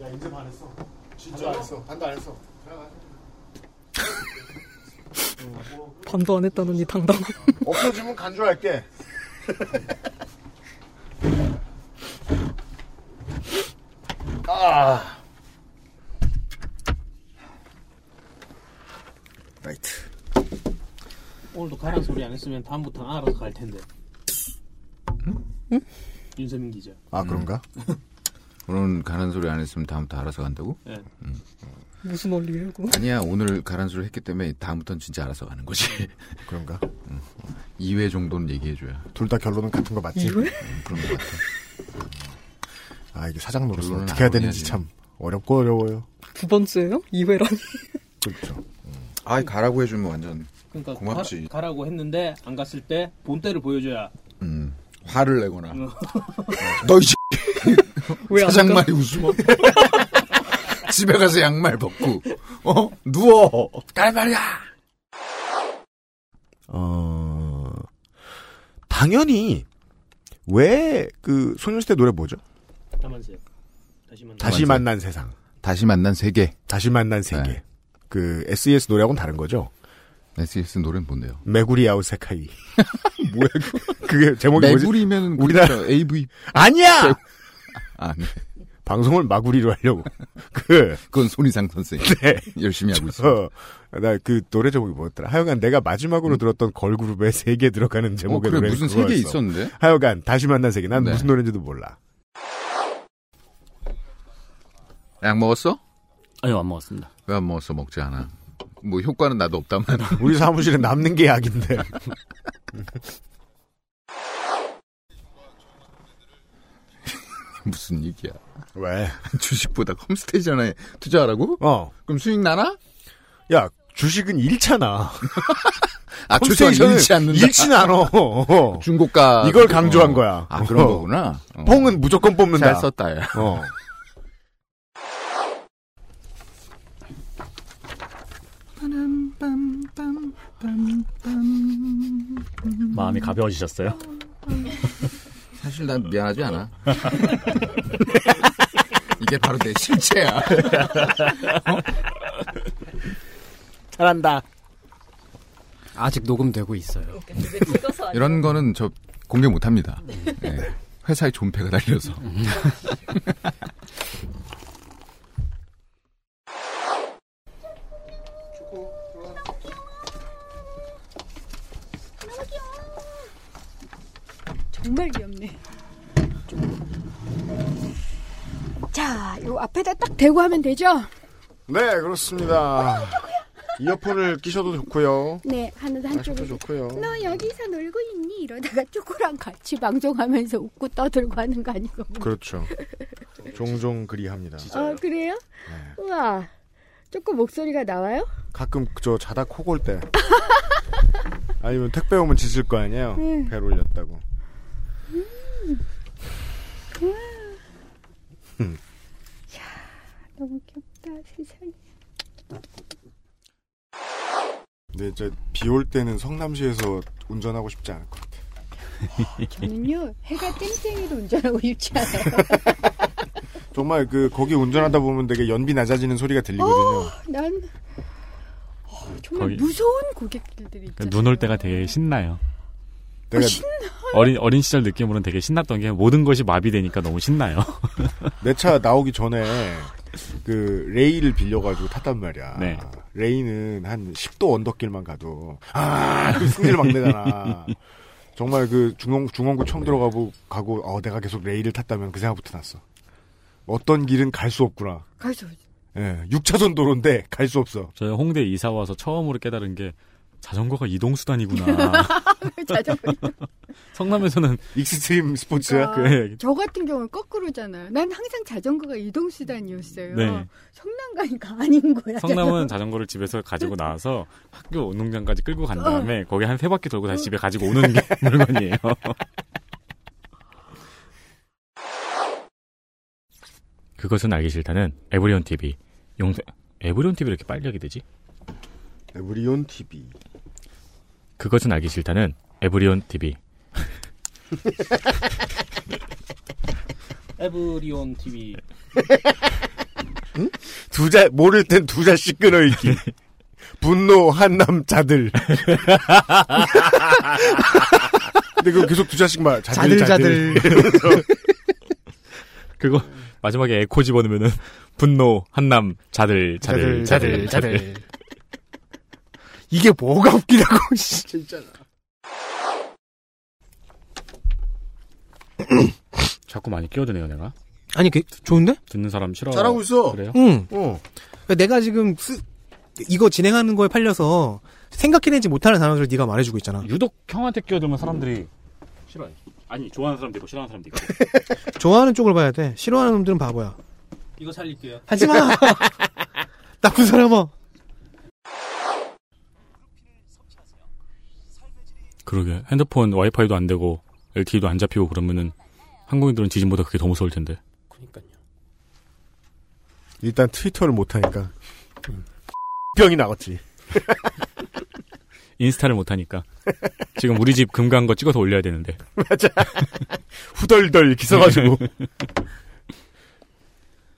H: 야 이제 반했어. 진짜 안 했어. 반도 안 했어.
R: 반도 안 했다는 이 당당.
H: 없어지면 간주할게. 아.
E: 라이트.
B: 오늘도 가란 소리 안 했으면 다음부터 알아서 갈 텐데. 윤세민 기자.
E: 아, 그런가?
D: 오늘 음. 가는 소리 안 했으면 다음부터 알아서 간다고?
B: 예.
D: 음.
R: 무슨 원리예요, 그거?
D: 아니야 오늘 가는 소리 했기 때문에 다음부터는 진짜 알아서 가는 거지.
E: 그런가?
D: 2회 정도는 얘기해줘야.
E: 둘 다 결론은 같은 거 맞지? 음,
R: 이거요?
D: 그런 것 같아.
E: 아, 이게 사장 노릇을
D: 결론은
E: 어떻게 해야
D: 안
E: 되는지
D: 오냐지.
E: 참 어렵고 어려워요. 그렇죠.
R: 두 번째예요? 2회라니.
E: 음.
D: 아 가라고 해주면 완전
B: 그러니까
D: 고맙지.
B: 가, 라고 했는데 안 갔을 때 본때를 보여줘야.
D: 음, 화를 내거나 어. 너 이제
B: 왜안
D: 사장
B: 가?
D: 말이 웃음 없 집에 가서 양말 벗고 어 누워 갈 말이야
E: 어, 당연히, 왜, 그, 소녀시대 노래 뭐죠?
B: 다만세. 다시 만나.
E: 다시 만난 세상.
D: 다시 만난 세계. 네.
E: 다시 만난 세계. 그, SES 노래하고는 다른 거죠?
D: SES 노래는 뭔데요?
E: 메구리 아웃 세카이. 뭐야, 그거? 그게 제목이 뭐지?
D: 메구리면은
E: 우리나라
D: 그거죠, AV.
E: 아니야!
D: 아, 네.
E: 방송을 마구리로 하려고. 그.
D: 그건 손이상 선생님. 열심히 하고
E: 있어. 나 그 노래 제목이 뭐였더라? 하여간 내가 마지막으로 들었던 걸그룹의 세계 들어가는 제목의
D: 음. 어, 그래,
E: 노래.
D: 무슨 세계 있었는데? 네.
E: 하여간 다시 만난 세계. 난 무슨 노래인지도 몰라.
D: 약 먹었어?
G: 아니요 안 먹었습니다.
D: 왜 안 먹었어? 먹지 않아. 뭐 효과는 나도 없다만.
E: 우리 사무실에 남는 게 약인데.
D: 무슨 얘기야?
E: 왜?
D: 주식보다 컴스테이션에 투자하라고?
E: 어.
D: 그럼 수익 나나?
E: 야, 주식은 잃잖아.
D: 아, 주식은
E: 컴스테이션은
D: 잃지 않는다.
E: 잃진 않아.
D: 중고가.
E: 이걸
D: 그거.
E: 강조한 거야.
D: 아, 그런
E: 어.
D: 거구나. 어.
E: 뽕은 무조건 뽑는다.
D: 잘 썼다, 야.
E: 어.
G: 마음이 가벼워지셨어요?
D: 사실 난 미안하지 않아. 이게 예, 바로 내 실체야.
E: 어?
C: 어?
E: 잘한다.
C: 아직 녹음되고 있어요.
D: 이런 거는 저 공개 못 합니다. 네. 회사에 존폐가 달려서.
S: 정말 귀엽네. 자, 요 앞에다 딱 대고 하면 되죠?
E: 네, 그렇습니다. 이어폰을 끼셔도 좋고요.
S: 네, 하나도 한쪽으로.
E: 한쪽도 아, 좋고요.
S: 너 여기서 놀고 있니? 이러다가 쪼꼬랑 같이 방송하면서 웃고 떠들고 하는 거 아니고.
E: 그렇죠. 종종 그리합니다.
S: 어, 그래요?
E: 네.
S: 우와. 쪼꼬 목소리가 나와요?
E: 가끔 저 자다 코골 때. 아니면 택배 오면 짖을 거 아니에요.
S: 응.
E: 배 올렸다고.
S: 음. 우와. 야, 너무 귀엽다, 세상에.
E: 근데 이제 비 올 때는 성남시에서 운전하고 싶지 않을 것 같아.
S: 저는요, 해가 땡땡이로 운전하고 싶지 않아요.
E: 정말 그 거기 운전하다 보면 되게 연비 낮아지는 소리가 들리거든요.
S: 어, 난 어, 정말
G: 거기-
S: 무서운 고객들이 있잖아요.
G: 눈 올 때가 되게 신나요. 아,
E: 내가
G: 어린 어린 시절 느낌으로는 되게 신났던 게 모든 것이 마비되니까 너무 신나요.
E: 내 차 나오기 전에 그 레이를 빌려가지고 탔단 말이야.
G: 네.
E: 레이는 한 10도 언덕길만 가도 아 승질 막 내잖아. 정말 그 중원 중원구 청 들어가고 가고 어 내가 계속 레이를 탔다면 그 생각부터 났어. 어떤 길은 갈 수 없구나.
S: 가서
E: 예, 6차선 도로인데 갈 수 없어.
G: 저희 홍대 이사 와서 처음으로 깨달은 게 자전거가 이동 수단이구나.
S: 자전거
G: 성남에서는
E: 익스트림 스포츠야.
G: 그,
S: 어, 저 같은 경우는 거꾸로잖아요. 난 항상 자전거가 이동 수단이었어요.
G: 네.
S: 성남 가니까 아닌 거야.
G: 성남은 자전거를 집에서 가지고 나와서 학교 운동장까지 끌고 간
E: 어.
G: 다음에 거기 한 세 바퀴 돌고 다시 집에 가지고 오는 게 물건이에요. 그것은 알기 싫다는 에브리온 TV 용세 에브리온 TV 왜 이렇게 빨리 하게 되지?
E: 네, 에브리온 TV.
G: 그것은 알기 싫다는 에브리온 TV
B: 에브리온 TV.
E: 두 자, 모를 땐 두 자씩 끊어읽기. 분노 한남자들. 근데 그거 계속 두 자씩 말, 자들, 자들.
G: 그거 마지막에 에코 집어넣으면은 분노 한남 자들 자들 자들 자들,
E: 이게 뭐가 웃기냐고, 씨.
H: 진짜나.
G: 자꾸 많이 끼어드네요 내가
T: 아니 그, 좋은데?
G: 듣는 사람 싫어
T: 잘하고 있어.
G: 그래요?
T: 응. 그러니까 내가 지금 쓰- 이거 진행하는 거에 팔려서 생각해내지 못하는 단어들을 네가 말해주고 있잖아.
G: 유독 형한테 끼어들면 사람들이 싫어요 아니 좋아하는 사람도 있고 싫어하는 사람도 있고
T: 좋아하는 쪽을 봐야 돼. 네, 싫어하는 놈들은 바보야.
B: 이거 살릴게요.
T: 하지마. 나쁜 사람아.
G: 그러게 핸드폰 와이파이도 안 되고 LTE도 안 잡히고 그러면은 한국인들은 지진보다 그게 더 무서울 텐데
E: 일단 트위터를 못하니까. 병이 나갔지.
G: 인스타를 못 하니까 지금 우리 집 금간 거 찍어서 올려야 되는데
E: 맞아. 후덜덜 기서가지고.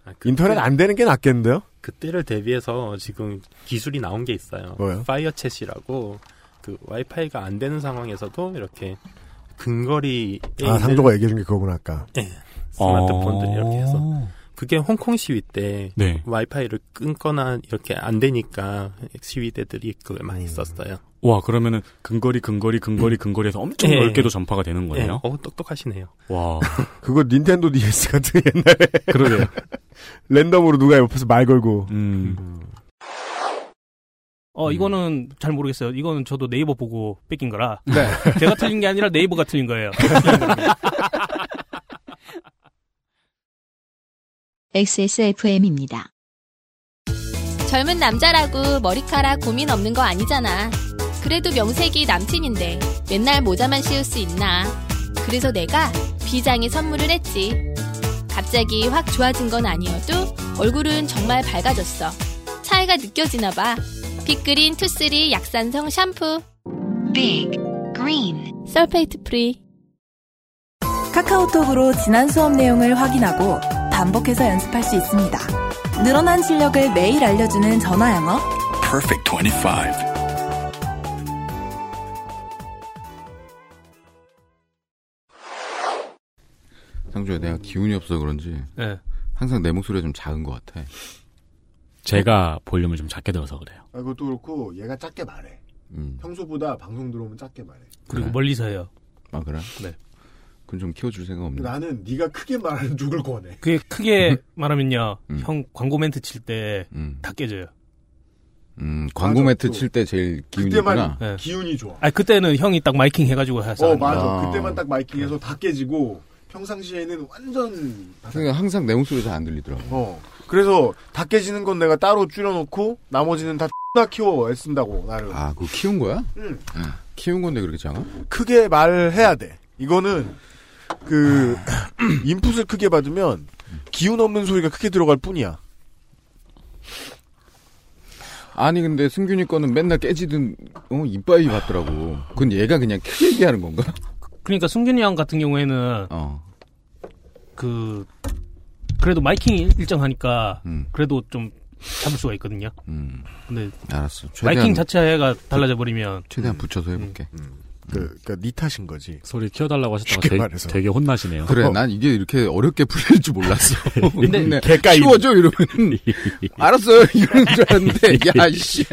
G: 아, 그
E: 인터넷 안 되는 게 낫겠는데요?
U: 그때를 대비해서 지금 기술이 나온 게 있어요.
E: 뭐요?
U: 파이어챗이라고 그 와이파이가 안 되는 상황에서도 이렇게 근거리에
E: 아,
U: 있는
E: 상도가 얘기해준 게 그거구나, 아까. 어.
U: 네. 스마트폰들 이렇게 해서 그게 홍콩 시위 때
G: 네.
U: 와이파이를 끊거나 이렇게 안 되니까 시위대들이 그걸
E: 음.
U: 많이 썼어요.
G: 와 그러면은 근거리 근거리 근거리 근거리에서 엄청
U: 예.
G: 넓게도 전파가 되는 거예요
U: 예. 어, 똑똑하시네요.
G: 와
E: 그거 닌텐도 DS 같은 옛날에.
G: 그러게요.
E: 랜덤으로 누가 옆에서 말 걸고.
G: 음.
D: 음.
B: 어, 이거는 잘 모르겠어요. 이거는 저도 네이버 보고 뺏긴 거라.
E: 네.
B: 제가 틀린 게 아니라 네이버가 틀린 거예요.
A: XSFM입니다.
N: 젊은 남자라고 머리카락 고민 없는 거 아니잖아. 그래도 명색이 남친인데 맨날 모자만 씌울 수 있나. 그래서 내가 비장의 선물을 했지. 갑자기 확 좋아진 건 아니어도 얼굴은 정말 밝아졌어. 차이가 느껴지나 봐. 빅그린 투쓰리 약산성 샴푸. 빅 그린 설페이트 프리.
O: 카카오톡으로 지난 수업 내용을 확인하고 반복해서 연습할 수 있습니다. 늘어난 실력을 매일 알려주는 전화 영어.
L: Perfect 25.
D: 상주야, 내가 기운이 없어 그런지
B: 네.
D: 항상 내 목소리가 좀 작은 것 같아.
G: 제가 볼륨을 좀 작게 들어서 그래요
E: 아, 그것도 그렇고, 얘가 작게
G: 음.
E: 말해. 평소보다 방송 들어오면 작게 말해.
B: 그리고 멀리서 해요.
D: 아 그래?
B: 네.
D: 그건 좀 키워줄 생각
G: 음.
D: 없네.
H: 나는 네가 크게 말하는 쪽을 권해.
B: 그게 크게 말하면요, 형 광고 멘트 칠 때 다 깨져요.
D: 음, 광고 매트 칠 때 제일 기운이구나.
B: 그때만
H: 기운이 좋아.
B: 아 그때는 형이 딱 마이킹 해가지고 해서.
H: 어
B: 하는
H: 맞아.
B: 거예요.
H: 그때만 딱 마이킹해서 다 깨지고 평상시에는 완전
D: 그러니까 항상 내 목소리 잘 안 들리더라고.
E: 어. 그래서 다 깨지는 건 내가 따로 줄여놓고 나머지는 다 X나 키워 애쓴다고 나를.
D: 아, 그거 키운 거야?
E: 응.
D: 키운 건데 그렇게 작아?
E: 크게 말해야 돼. 이거는 그 인풋을 크게 받으면 기운 없는 소리가 크게 들어갈 뿐이야.
D: 아니 근데 승균이 거는 맨날 깨지든 어, 이빠이 받더라고. 그건 얘가 그냥 크게 얘기하는 건가?
B: 그러니까 승균이 형 같은 경우에는
D: 어.
B: 그 그래도 마이킹이 일- 일정하니까
D: 음.
B: 그래도 좀 잡을 수가 있거든요. 근데
D: 알았어. 최대한-
B: 마이킹 자체가 달라져 버리면
D: 최대한 붙여서 해볼게.
E: 그, 그니까, 니 탓인 거지.
G: 소리 키워달라고 하셨다가
D: 쉽게
G: 어, 되게,
D: 음. 말해서.
G: 되게 혼나시네요.
D: 그래, 난 이게 이렇게 어렵게 풀릴 줄 몰랐어.
G: 근데
D: 개까이. 키워줘, 이러면. 알았어요, 이러는 줄 알았는데, 야, 씨.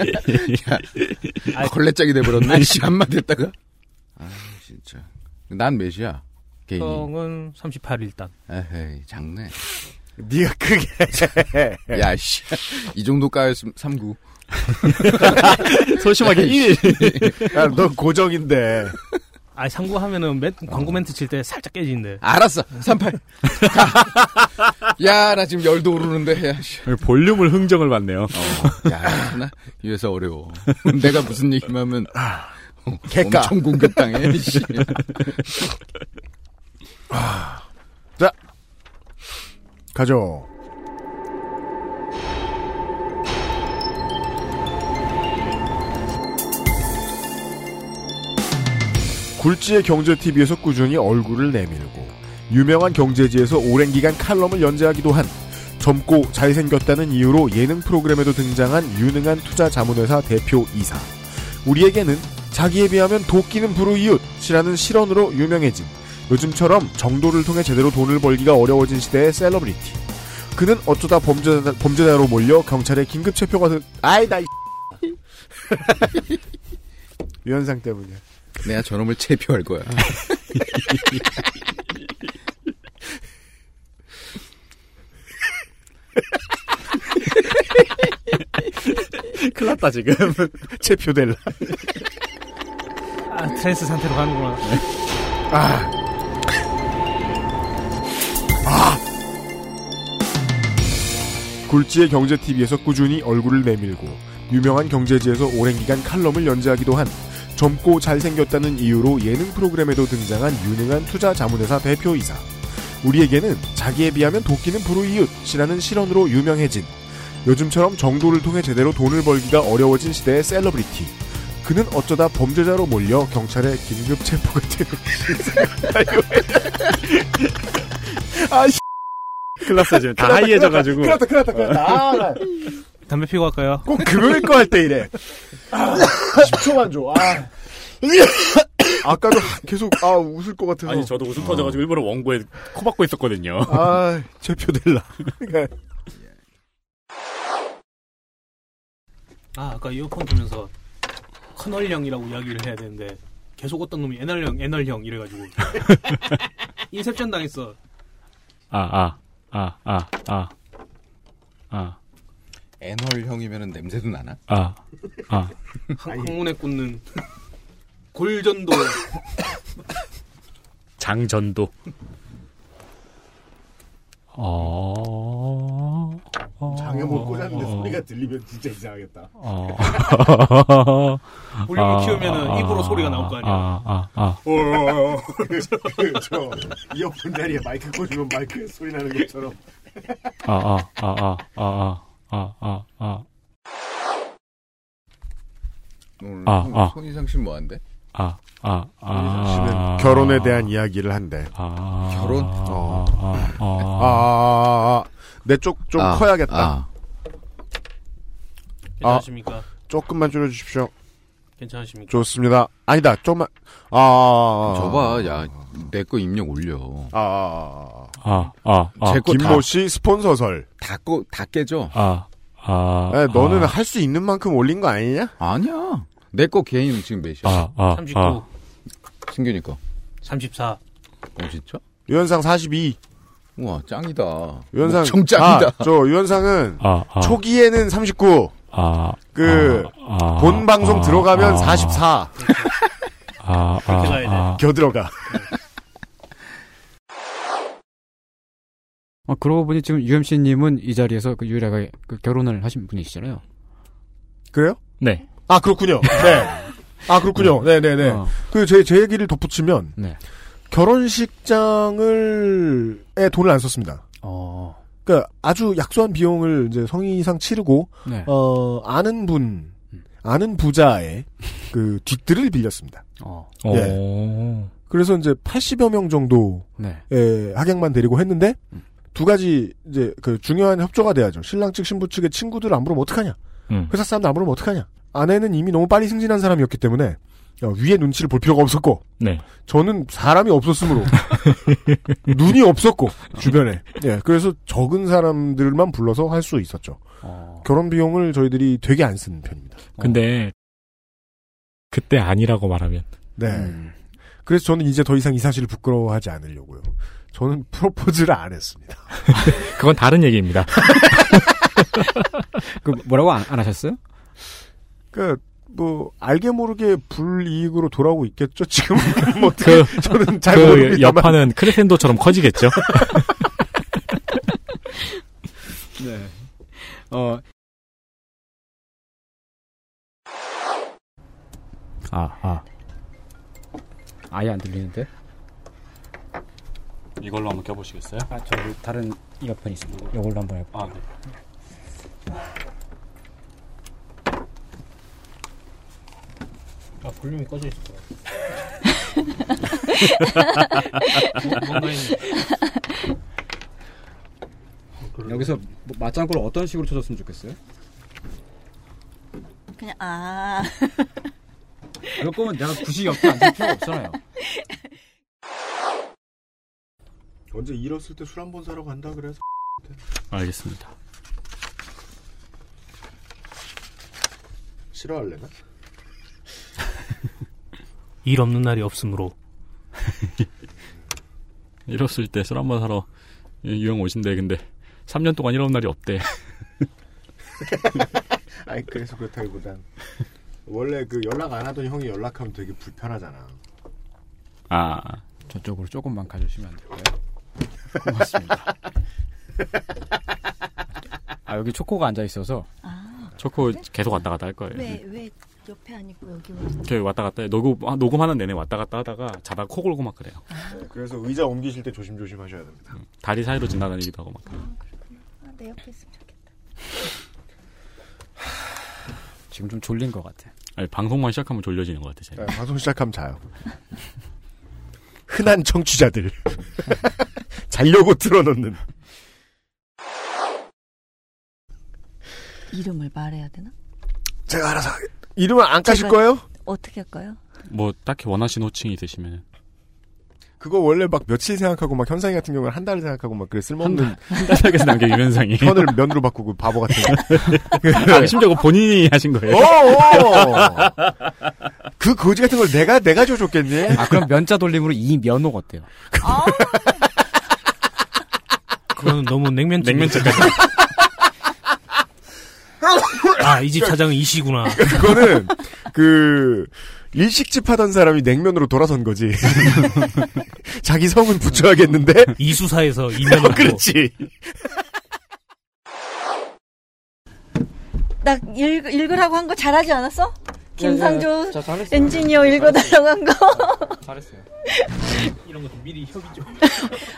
D: 야, 걸레짝이 돼버렸네, 이 씨. 한마디 했다가. 아, 진짜. 난 몇이야, 개인이.
B: 어, 형은 38 일단.
D: 에헤이, 장네.
E: 니가 크게.
D: 야, 씨. 이 정도 까였으면 39.
E: 소심하게 일. 야,
D: 너
E: 넌 고정인데.
B: 아 참고하면은 맨, 광고 멘트 칠 때 살짝 깨지는데.
D: 어. 알았어. 38. 야, 나 지금 열도 오르는데, 야, 씨.
G: 네,
D: 어,
G: 볼륨을 흥정을 받네요.
D: 야, 나 이래서 어려워. 내가 무슨 얘기만 하면 어,
E: 아, 개까.
D: 엄청 공격당해. 이 씨. 아.
E: 자. 가죠. 굴지의 경제TV에서 꾸준히 얼굴을 내밀고 유명한 경제지에서 오랜 기간 칼럼을 연재하기도 한 젊고 잘생겼다는 이유로 예능 프로그램에도 등장한 유능한 투자 자문회사 대표 이사 우리에게는 자기에 비하면 도끼는 부르이웃이라는 실언으로 유명해진 요즘처럼 정도를 통해 제대로 돈을 벌기가 어려워진 시대의 셀러브리티 그는 어쩌다 범죄자, 범죄자로 몰려 경찰에 긴급 체포가 된 아이 나이 유현상 때문이야
D: 내가 저놈을 체포할 거야.
T: 큰일 났다, 지금.
E: 체표될라.
B: 아, 트랜스 상태로 가는구나.
E: 아. 아. 굴지의 경제 TV에서 꾸준히 얼굴을 내밀고 유명한 경제지에서 오랜 기간 칼럼을 연재하기도 한 젊고 잘생겼다는 이유로 예능 프로그램에도 등장한 유능한 투자 자문회사 대표이사. 우리에게는 자기에 비하면 도끼는 부르이웃이라는 실언으로 유명해진 요즘처럼 정도를 통해 제대로 돈을 벌기가 어려워진 시대의 셀러브리티. 그는 어쩌다 범죄자로 몰려 경찰에 긴급 체포가 되는 아, 씨.
T: 큰일 났어, 지금. 다
E: 큰일 났다,
T: 하이해져가지고. 어.
E: 큰일 났다, 큰일 났다, 큰일 났다. 아, 나
B: 담배 피고 갈까요?
E: 꼭
D: 그-
E: 금요일 거 할 때 이래.
H: 아,
E: 10초만 줘. 아. 아까도 계속, 아, 웃을 것 같아서.
G: 아니 저도 웃음 터져가지고 일부러 원고에 코박고 있었거든요.
E: 아, 제표될라.
H: 그러니까
B: 아, 아까 이어폰 들면서 커널형이라고 이야기를 해야 되는데 계속 어떤 놈이 에널형, 에널형 이래가지고 인셉션 당했어.
G: 아아아아 아, 아, 아, 아,
D: 애널 형이면 냄새도 나나?
G: 아, 아.
B: 항, 항문에 꽂는 골전도
G: 장전도. 어.
H: 장에 못 꽂았는데 소리가 들리면 진짜 이상하겠다.
G: 어.
H: 볼륨을
G: 아,
H: 뭐 키우면은
G: 아,
H: 입으로 소리가 나올 거 아니야.
G: 아, 아, 아.
H: 어, 저 이어폰 자리에 마이크 꽂으면 마이크 소리 나는 것처럼.
G: 아, 아, 아, 아, 아, 아, 아, 아.
D: 오늘
G: 아,
D: 손-
G: 아.
D: 손이상 씨는 뭐 한대?
G: 아, 아, 아.
E: 씨는 결혼에 대한 이야기를 한대.
D: 결혼?
E: 어.
G: 아,
E: 아, 아, 아. 내 쪽 좀
D: 아,
E: 커야겠다.
D: 아.
B: 괜찮으십니까?
E: 조금만 줄여주십시오.
B: 괜찮으십니까?
E: 좋습니다. 아니다, 조금만. 아, 아, 아.
D: 저봐, 야, 내 거 입력 올려.
E: 아, 아, 아.
G: 아, 아, 아.
D: 제거 다,
E: 김모 씨 스폰서설.
D: 다, 꺼, 다 깨져.
G: 아, 아.
E: 야, 네, 너는 할 수 있는 만큼 올린 거 아니냐?
D: 아니야. 내 거 개인 지금 몇이야?
G: 아, 아,
B: 39.
D: 승균이 거.
B: 34.
D: 어, 진짜?
E: 유현상 42.
D: 우와, 짱이다.
E: 유현상.
D: 엄청 짱이다.
E: 아, 저 유현상은
G: 아, 아.
E: 초기에는 39.
G: 아,
E: 그,
G: 아,
E: 본 방송
G: 아,
E: 들어가면
G: 아.
E: 44.
G: 아, 아, 아.
E: 겨 들어가.
C: 어, 그러고 보니 지금 UMC님은 이 자리에서 그 유일하게 그 결혼을 하신 분이시잖아요.
E: 그래요?
G: 네.
E: 아, 그렇군요. 네. 아, 그렇군요. 네네네.
G: 어.
E: 그, 제, 제 얘기를 덧붙이면.
C: 네.
E: 결혼식장을, 에 돈을 안 썼습니다.
C: 어.
E: 그러니까 아주 약소한 비용을 이제 성의상 치르고,
C: 네.
E: 어, 아는 분, 아는 부자의 그 뒷뜰을 빌렸습니다. 예.
C: 어.
G: 어.
E: 그래서 이제 80여 명 정도
C: 네. 음.
E: 예, 학양만 데리고 했는데 두 가지 이제 그 중요한 협조가 돼야죠. 신랑 측 신부 측의 친구들 안 부르면 어떡하냐?
G: 음.
E: 회사 사람들 안 부르면 어떡하냐? 아내는 이미 너무 빨리 승진한 사람이었기 때문에 어, 위에 눈치를 볼 필요가 없었고
G: 네.
E: 저는 사람이 없었으므로 눈이 없었고 주변에 예 그래서 적은 사람들만 불러서 할 수 있었죠.
C: 어.
E: 결혼 비용을 저희들이 되게 안 쓰는 편입니다. 어.
G: 근데 그때 아니라고 말하면
E: 네.
G: 음.
E: 그래서 저는 이제 더 이상 이 사실을 부끄러워하지 않으려고요. 저는 프로포즈를 안 했습니다.
G: 그건 다른 얘기입니다.
C: 그 뭐라고 안, 안 하셨어요?
E: 그러니까 뭐 알게 모르게 불이익으로 돌아오고 있겠죠. 지금 뭐 어떻게 저는 잘
G: 그
E: 모르겠지만
G: 여파는 크레센도처럼 커지겠죠.
C: 네. 어.
G: 아, 아.
C: 아예 안 들리는데?
Q: 이걸로 한번 껴보시겠어요?
C: 아, 저기 다른 이어폰 있습니다. 이걸로 한번 해볼게요.
Q: 아, 네.
B: 아, 볼륨이 꺼져 있어.
E: 어,
C: 여기서 뭐 맞장구를 어떤 식으로 쳐줬으면 좋겠어요?
F: 그냥 아.
C: 그럴 거면 내가 굳이 옆에 앉을 필요가 없잖아요.
E: 언제 잃었을 때 술 한 번 사러 간다 그래서
G: 알겠습니다.
E: 싫어할래나?
B: 일 없는 날이 없으므로.
G: 이랬을 때 술 한번 사러 유형 오신대. 근데 3년 동안 이런 날이 없대.
E: 아니 그래서 그렇다기보단 원래 그 연락 안 하던 형이 연락하면 되게 불편하잖아.
G: 아.
C: 저쪽으로 조금만 가주시면 안 될까요? 고맙습니다. 아, 여기 초코가 앉아있어서.
G: 초코 계속 왔다 갔다 할 거예요.
F: 왜 왜 옆에 안 있고 여기 와서
G: 이렇게 왔다 갔다 해. 녹음 아, 녹음하는 내내 왔다 갔다 하다가 자다가 코 골고 막 그래요.
E: 네, 그래서 의자 옮기실 때 조심조심 하셔야 됩니다.
G: 다리 사이로 지나다니기도 하고 막. 그래요.
F: 아, 내 옆에 있으면 좋겠다.
C: 지금 좀 졸린 것 같아. 네,
G: 아니, 방송만 시작하면 졸려지는 것 같아. 제가.
E: 방송 시작하면 자요. 흔한 청취자들 자려고 틀어놓는
F: 이름을 말해야 되나?
E: 제가 알아서 하겠- 이름을 안 까실
F: 제가
E: 거예요?
F: 어떻게 할까요?
G: 뭐 딱히 원하시는 호칭이 있으시면
E: 그거 원래 막 며칠 생각하고 막 현상이 같은 경우는 한 달 생각하고 막 그래 쓸모없는
G: 한달 생각해서 남겨, 유현상이.
E: 현을 면으로 바꾸고 바보 같은 어,
G: 아, 심지어 그거 본인이 하신
V: 어,
G: 거예요.
E: 그 거지 같은 걸 내가 내가 줘줬겠니?
C: 아, 그럼 면자 돌림으로 이 면옥 어때요?
B: 그거는 너무 냉면집. 냉면집 아, 이 집 사장은 이씨구나.
E: 그거는 그 일식집 하던 사람이 냉면으로 돌아선 거지. 자기 성은 붙여야겠는데
B: 이수사에서 이면으로.
E: 아, 그렇지.
F: 나 읽, 읽으라고 한 거 잘하지 않았어?
C: 네,
F: 김상조
B: 저 잘했어요.
F: 엔지니어 읽어달라고 한
C: 네,
F: 거.
B: 잘했어요. 이런 것도 미리 협의 좀.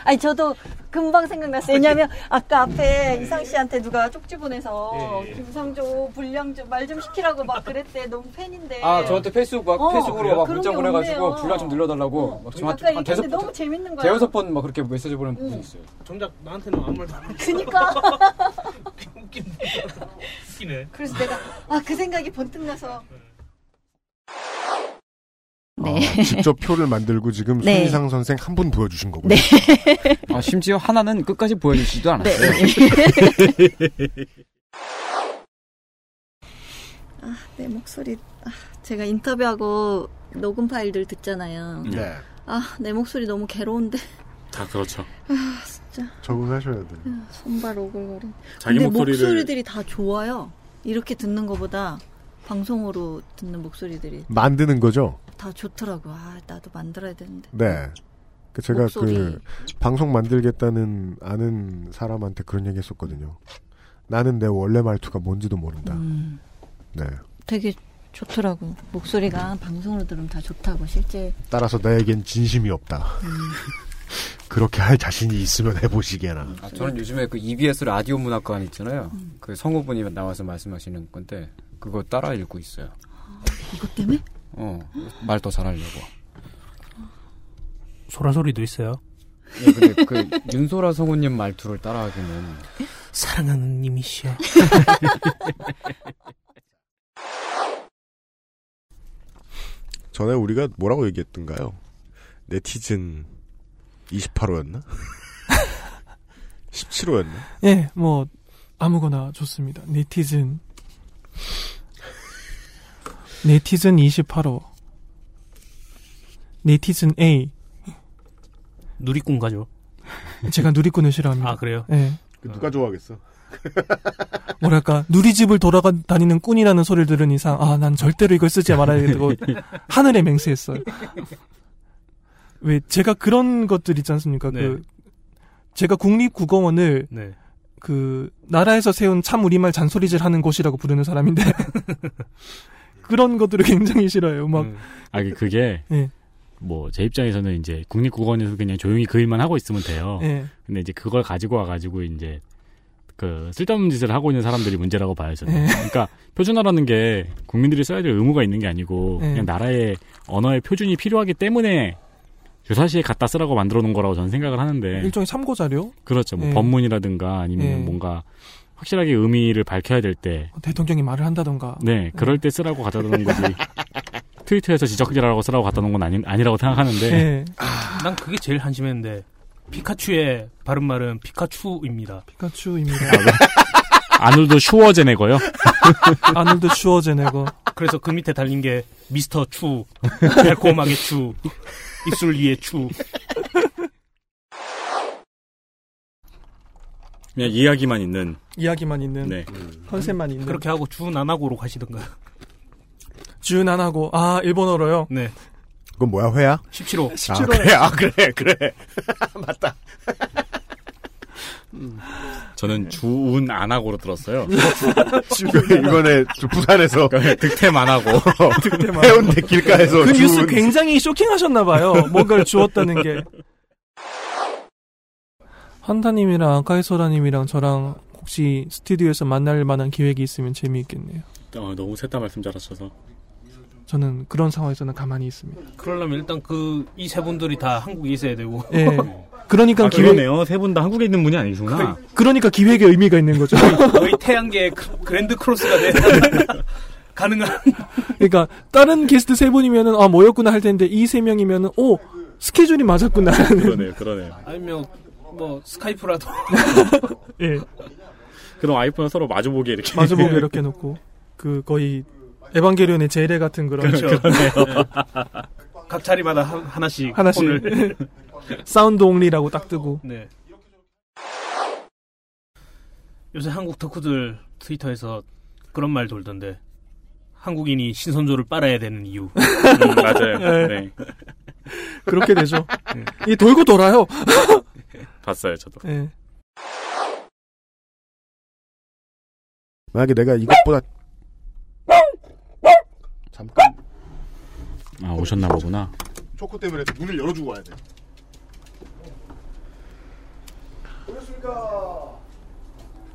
F: 아니 저도 금방 생각났어요. 왜냐하면 아까
C: 네.
F: 앞에 이상 씨한테 누가 쪽지 보내서
V: 예, 예.
F: 김상조 불량 좀 말 좀 시키라고 막 그랬대. 너무 팬인데.
C: 아, 저한테 페이스북 막,
F: 어,
C: 페이스북으로 막
F: 그런
C: 문자
F: 게
C: 보내가지고
F: 없네요.
C: 분량 좀 늘려달라고. 막 저한테
F: 아까
C: 한
F: 얘기했는데
C: 대여섯
F: 너무 재밌는 거야. 음.
C: 대여섯 번 막 그렇게 메시지 보내는 분이 있어요.
B: 정작 나한테는 아무 말도 안 했어.
F: 그니까.
B: 웃기네.
F: 그래서 내가 아 그 생각이 번뜩 나서
E: 아, 직접 표를 만들고 지금
F: 네.
E: 손희상 선생 한 분 보여주신 거고요.
C: 아, 심지어 하나는 끝까지 보여주시지도 않았어요.
F: 네. 아, 내 목소리 아, 제가 인터뷰하고 녹음 파일들 듣잖아요.
C: 네.
F: 아, 내 목소리 너무 괴로운데.
G: 다 그렇죠.
F: 아, 진짜.
E: 적응하셔야 돼.
F: 아, 손발 오글거리.
G: 자기
F: 근데
G: 목소리를-
F: 목소리들이 다 좋아요. 이렇게 듣는 것보다 방송으로 듣는 목소리들이
E: 만드는 거죠?
F: 다 좋더라고. 아, 나도 만들어야 되는데.
E: 네. 그 제가
F: 목소리.
E: 그 방송 만들겠다는 아는 사람한테 그런 얘기 했었거든요. 나는 내 원래 말투가 뭔지도 모른다. 네.
F: 음, 되게 좋더라고. 목소리가 방송으로 들으면 다 좋다고 실제 음.
E: 따라서 나에겐 진심이 없다.
F: 네.
E: 그렇게 할 자신이 있으면 해보시게나.
C: 아, 저는 요즘에 그 EBS 라디오 문학관 있잖아요. 그 성우분이 나와서 말씀하시는 건데 그거 따라 읽고 있어요.
F: 이것 때문에?
C: 어, 말 더 잘하려고.
B: 소라 소리도 있어요.
C: 예, 근데 그 윤소라 성우님 말투를 따라하기는
B: 사랑하는 님이시여.
J: 전에 우리가 뭐라고 얘기했던가요? 네티즌 28호였나? 17호였나?
V: 예, 뭐 아무거나 좋습니다. 네티즌 네티즌 28호 네티즌 A
B: 누리꾼 가죠.
V: 제가 누리꾼을 싫어합니다.
B: 아, 그래요?
V: 예.
J: 누가 좋아하겠어?
V: 뭐랄까 누리집을 돌아다니는 꾼이라는 소리를 들은 이상 아 난 절대로 이걸 쓰지 말아야겠다고 하늘에 맹세했어요. 왜 제가 그런 것들 있지 않습니까? 그 제가 국립국어원을
B: 네.
V: 그 나라에서 세운 참 우리말 잔소리질 하는 곳이라고 부르는 사람인데 그런 것들을 굉장히 싫어해요. 막
B: 음,
G: 아, 이게 그게
V: 예.
G: 뭐 제 입장에서는 이제 국립국어원에서 그냥 조용히 그 일만 하고 있으면 돼요.
V: 예.
G: 근데 이제 그걸 가지고 와가지고 이제 그 쓸데없는 짓을 하고 있는 사람들이 문제라고 봐요 저는.
V: 예.
G: 그러니까 표준어라는 게 국민들이 써야 될 의무가 있는 게 아니고
V: 예.
G: 그냥 나라의 언어의 표준이 필요하기 때문에 유사시에 갖다 쓰라고 만들어 놓은 거라고 저는 생각을
B: 네.
G: 하는데
V: 일종의 참고 자료
G: 그렇죠. 뭐
V: 예.
G: 법문이라든가 아니면
V: 예.
G: 뭔가 확실하게 의미를 밝혀야 될 때,
V: 뭐 대통령이 말을 한다던가
G: 네, 그럴 때 쓰라고 갖다 놓은 거지. 트위터에서 지적질하라고 쓰라고 갖다 놓은 건 아니, 아니라고 생각하는데.
B: 네.
V: 네.
B: 난 그게 제일 한심했는데 피카츄의 바른 말은 피카츄입니다.
V: 피카츄입니다.
G: 아놀드 슈워제네거요.
V: 그 아놀드 슈워제네거.
B: 그래서 그 밑에 달린 게 미스터 추, 달콤하게 추, 입술 위에 추.
G: 그냥 이야기만 있는.
V: 이야기만 있는
G: 네.
V: 컨셉만 있는
B: 음. 그렇게 하고 주 나나고로 가시던가.
V: 준안하고 아 일본어로요.
B: 네.
E: 그건 뭐야 회야?
B: 17호.
E: 아 그래 아 그래 그래.
B: 맞다. 음.
G: 저는 주운 안 하고로 들었어요. 그러니까
E: 이번에 저 부산에서
G: 득템 안 하고
V: 득템 안
E: 해운대 길가에서
V: 그 뉴스
E: 주운-
V: 굉장히 쇼킹하셨나봐요. 뭔가를 주었다는 게. 환타님이랑 아카이소라님이랑 저랑 혹시 스튜디오에서 만날 만한 기획이 있으면 재미있겠네요.
G: 어, 너무 셋다 말씀 잘하셔서.
V: 저는 그런 상황에서는 가만히 있습니다.
B: 그러려면 일단 그 이 세 분들이 다 한국에 있어야 되고.
V: 예. 그러니까
G: 아,
V: 기획,
G: 그러네요. 세 분 다 한국에 있는 분이 아니시구나.
V: 그러니까 기획의 의미가 있는 거죠.
B: 거의 태양계 그랜드 크로스가 된 가능한.
V: 그러니까 다른 게스트 세 분이면은 아 뭐였구나 할 텐데 이 세 명이면은 오 스케줄이 맞았구나.
G: 그러네요, 그러네요.
B: 아니면 뭐 스카이프라도.
V: 예.
G: 그럼 아이폰 서로 마주보게 이렇게.
B: 예.
V: 마주보고 이렇게 놓고 그 거의 에반게리온의 제레 같은 그런 예.
B: 그렇죠. 각 자리마다 하- 하나씩.
V: 하나씩
B: 폰을.
V: 사운드 옹리라고 딱 뜨고
B: 네. 요새 한국 덕후들 트위터에서 그런 말 돌던데 한국인이 신선조를 빨아야 되는 이유.
G: 맞아요. 네.
V: 그렇게 되죠. 네.
B: 예.
V: 이 돌고 돌아요.
G: 봤어요, 저도.
V: 예.
E: 만약에 내가 이것보다 잠깐
G: 아, 오셨나 보구나.
E: 초코 때문에 문을 열어주고 와야 돼.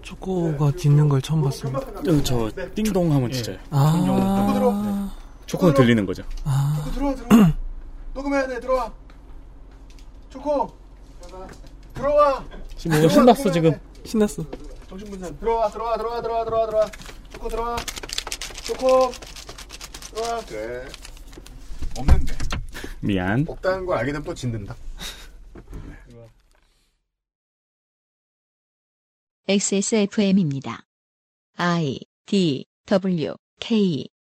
V: 초코가 짖는 걸 처음 봤습니다.
G: 저 띵동
B: 예.
G: 하면 진짜요.
V: 아.
G: 초코는 들리는 거죠.
E: 네. 초코 들어와 들어와. 녹음해야 돼 들어와. 초코 들어와.
V: 지금 신났어 지금. 신났어.
E: 정신분산 들어와 들어와 들어와 들어와 들어와 들어와. 초코 들어와. 초코 들어와. 그래. 없는데.
G: 미안.
E: 없다는 걸 알게 되면 또 짓는다.
A: XSFM입니다. I D W K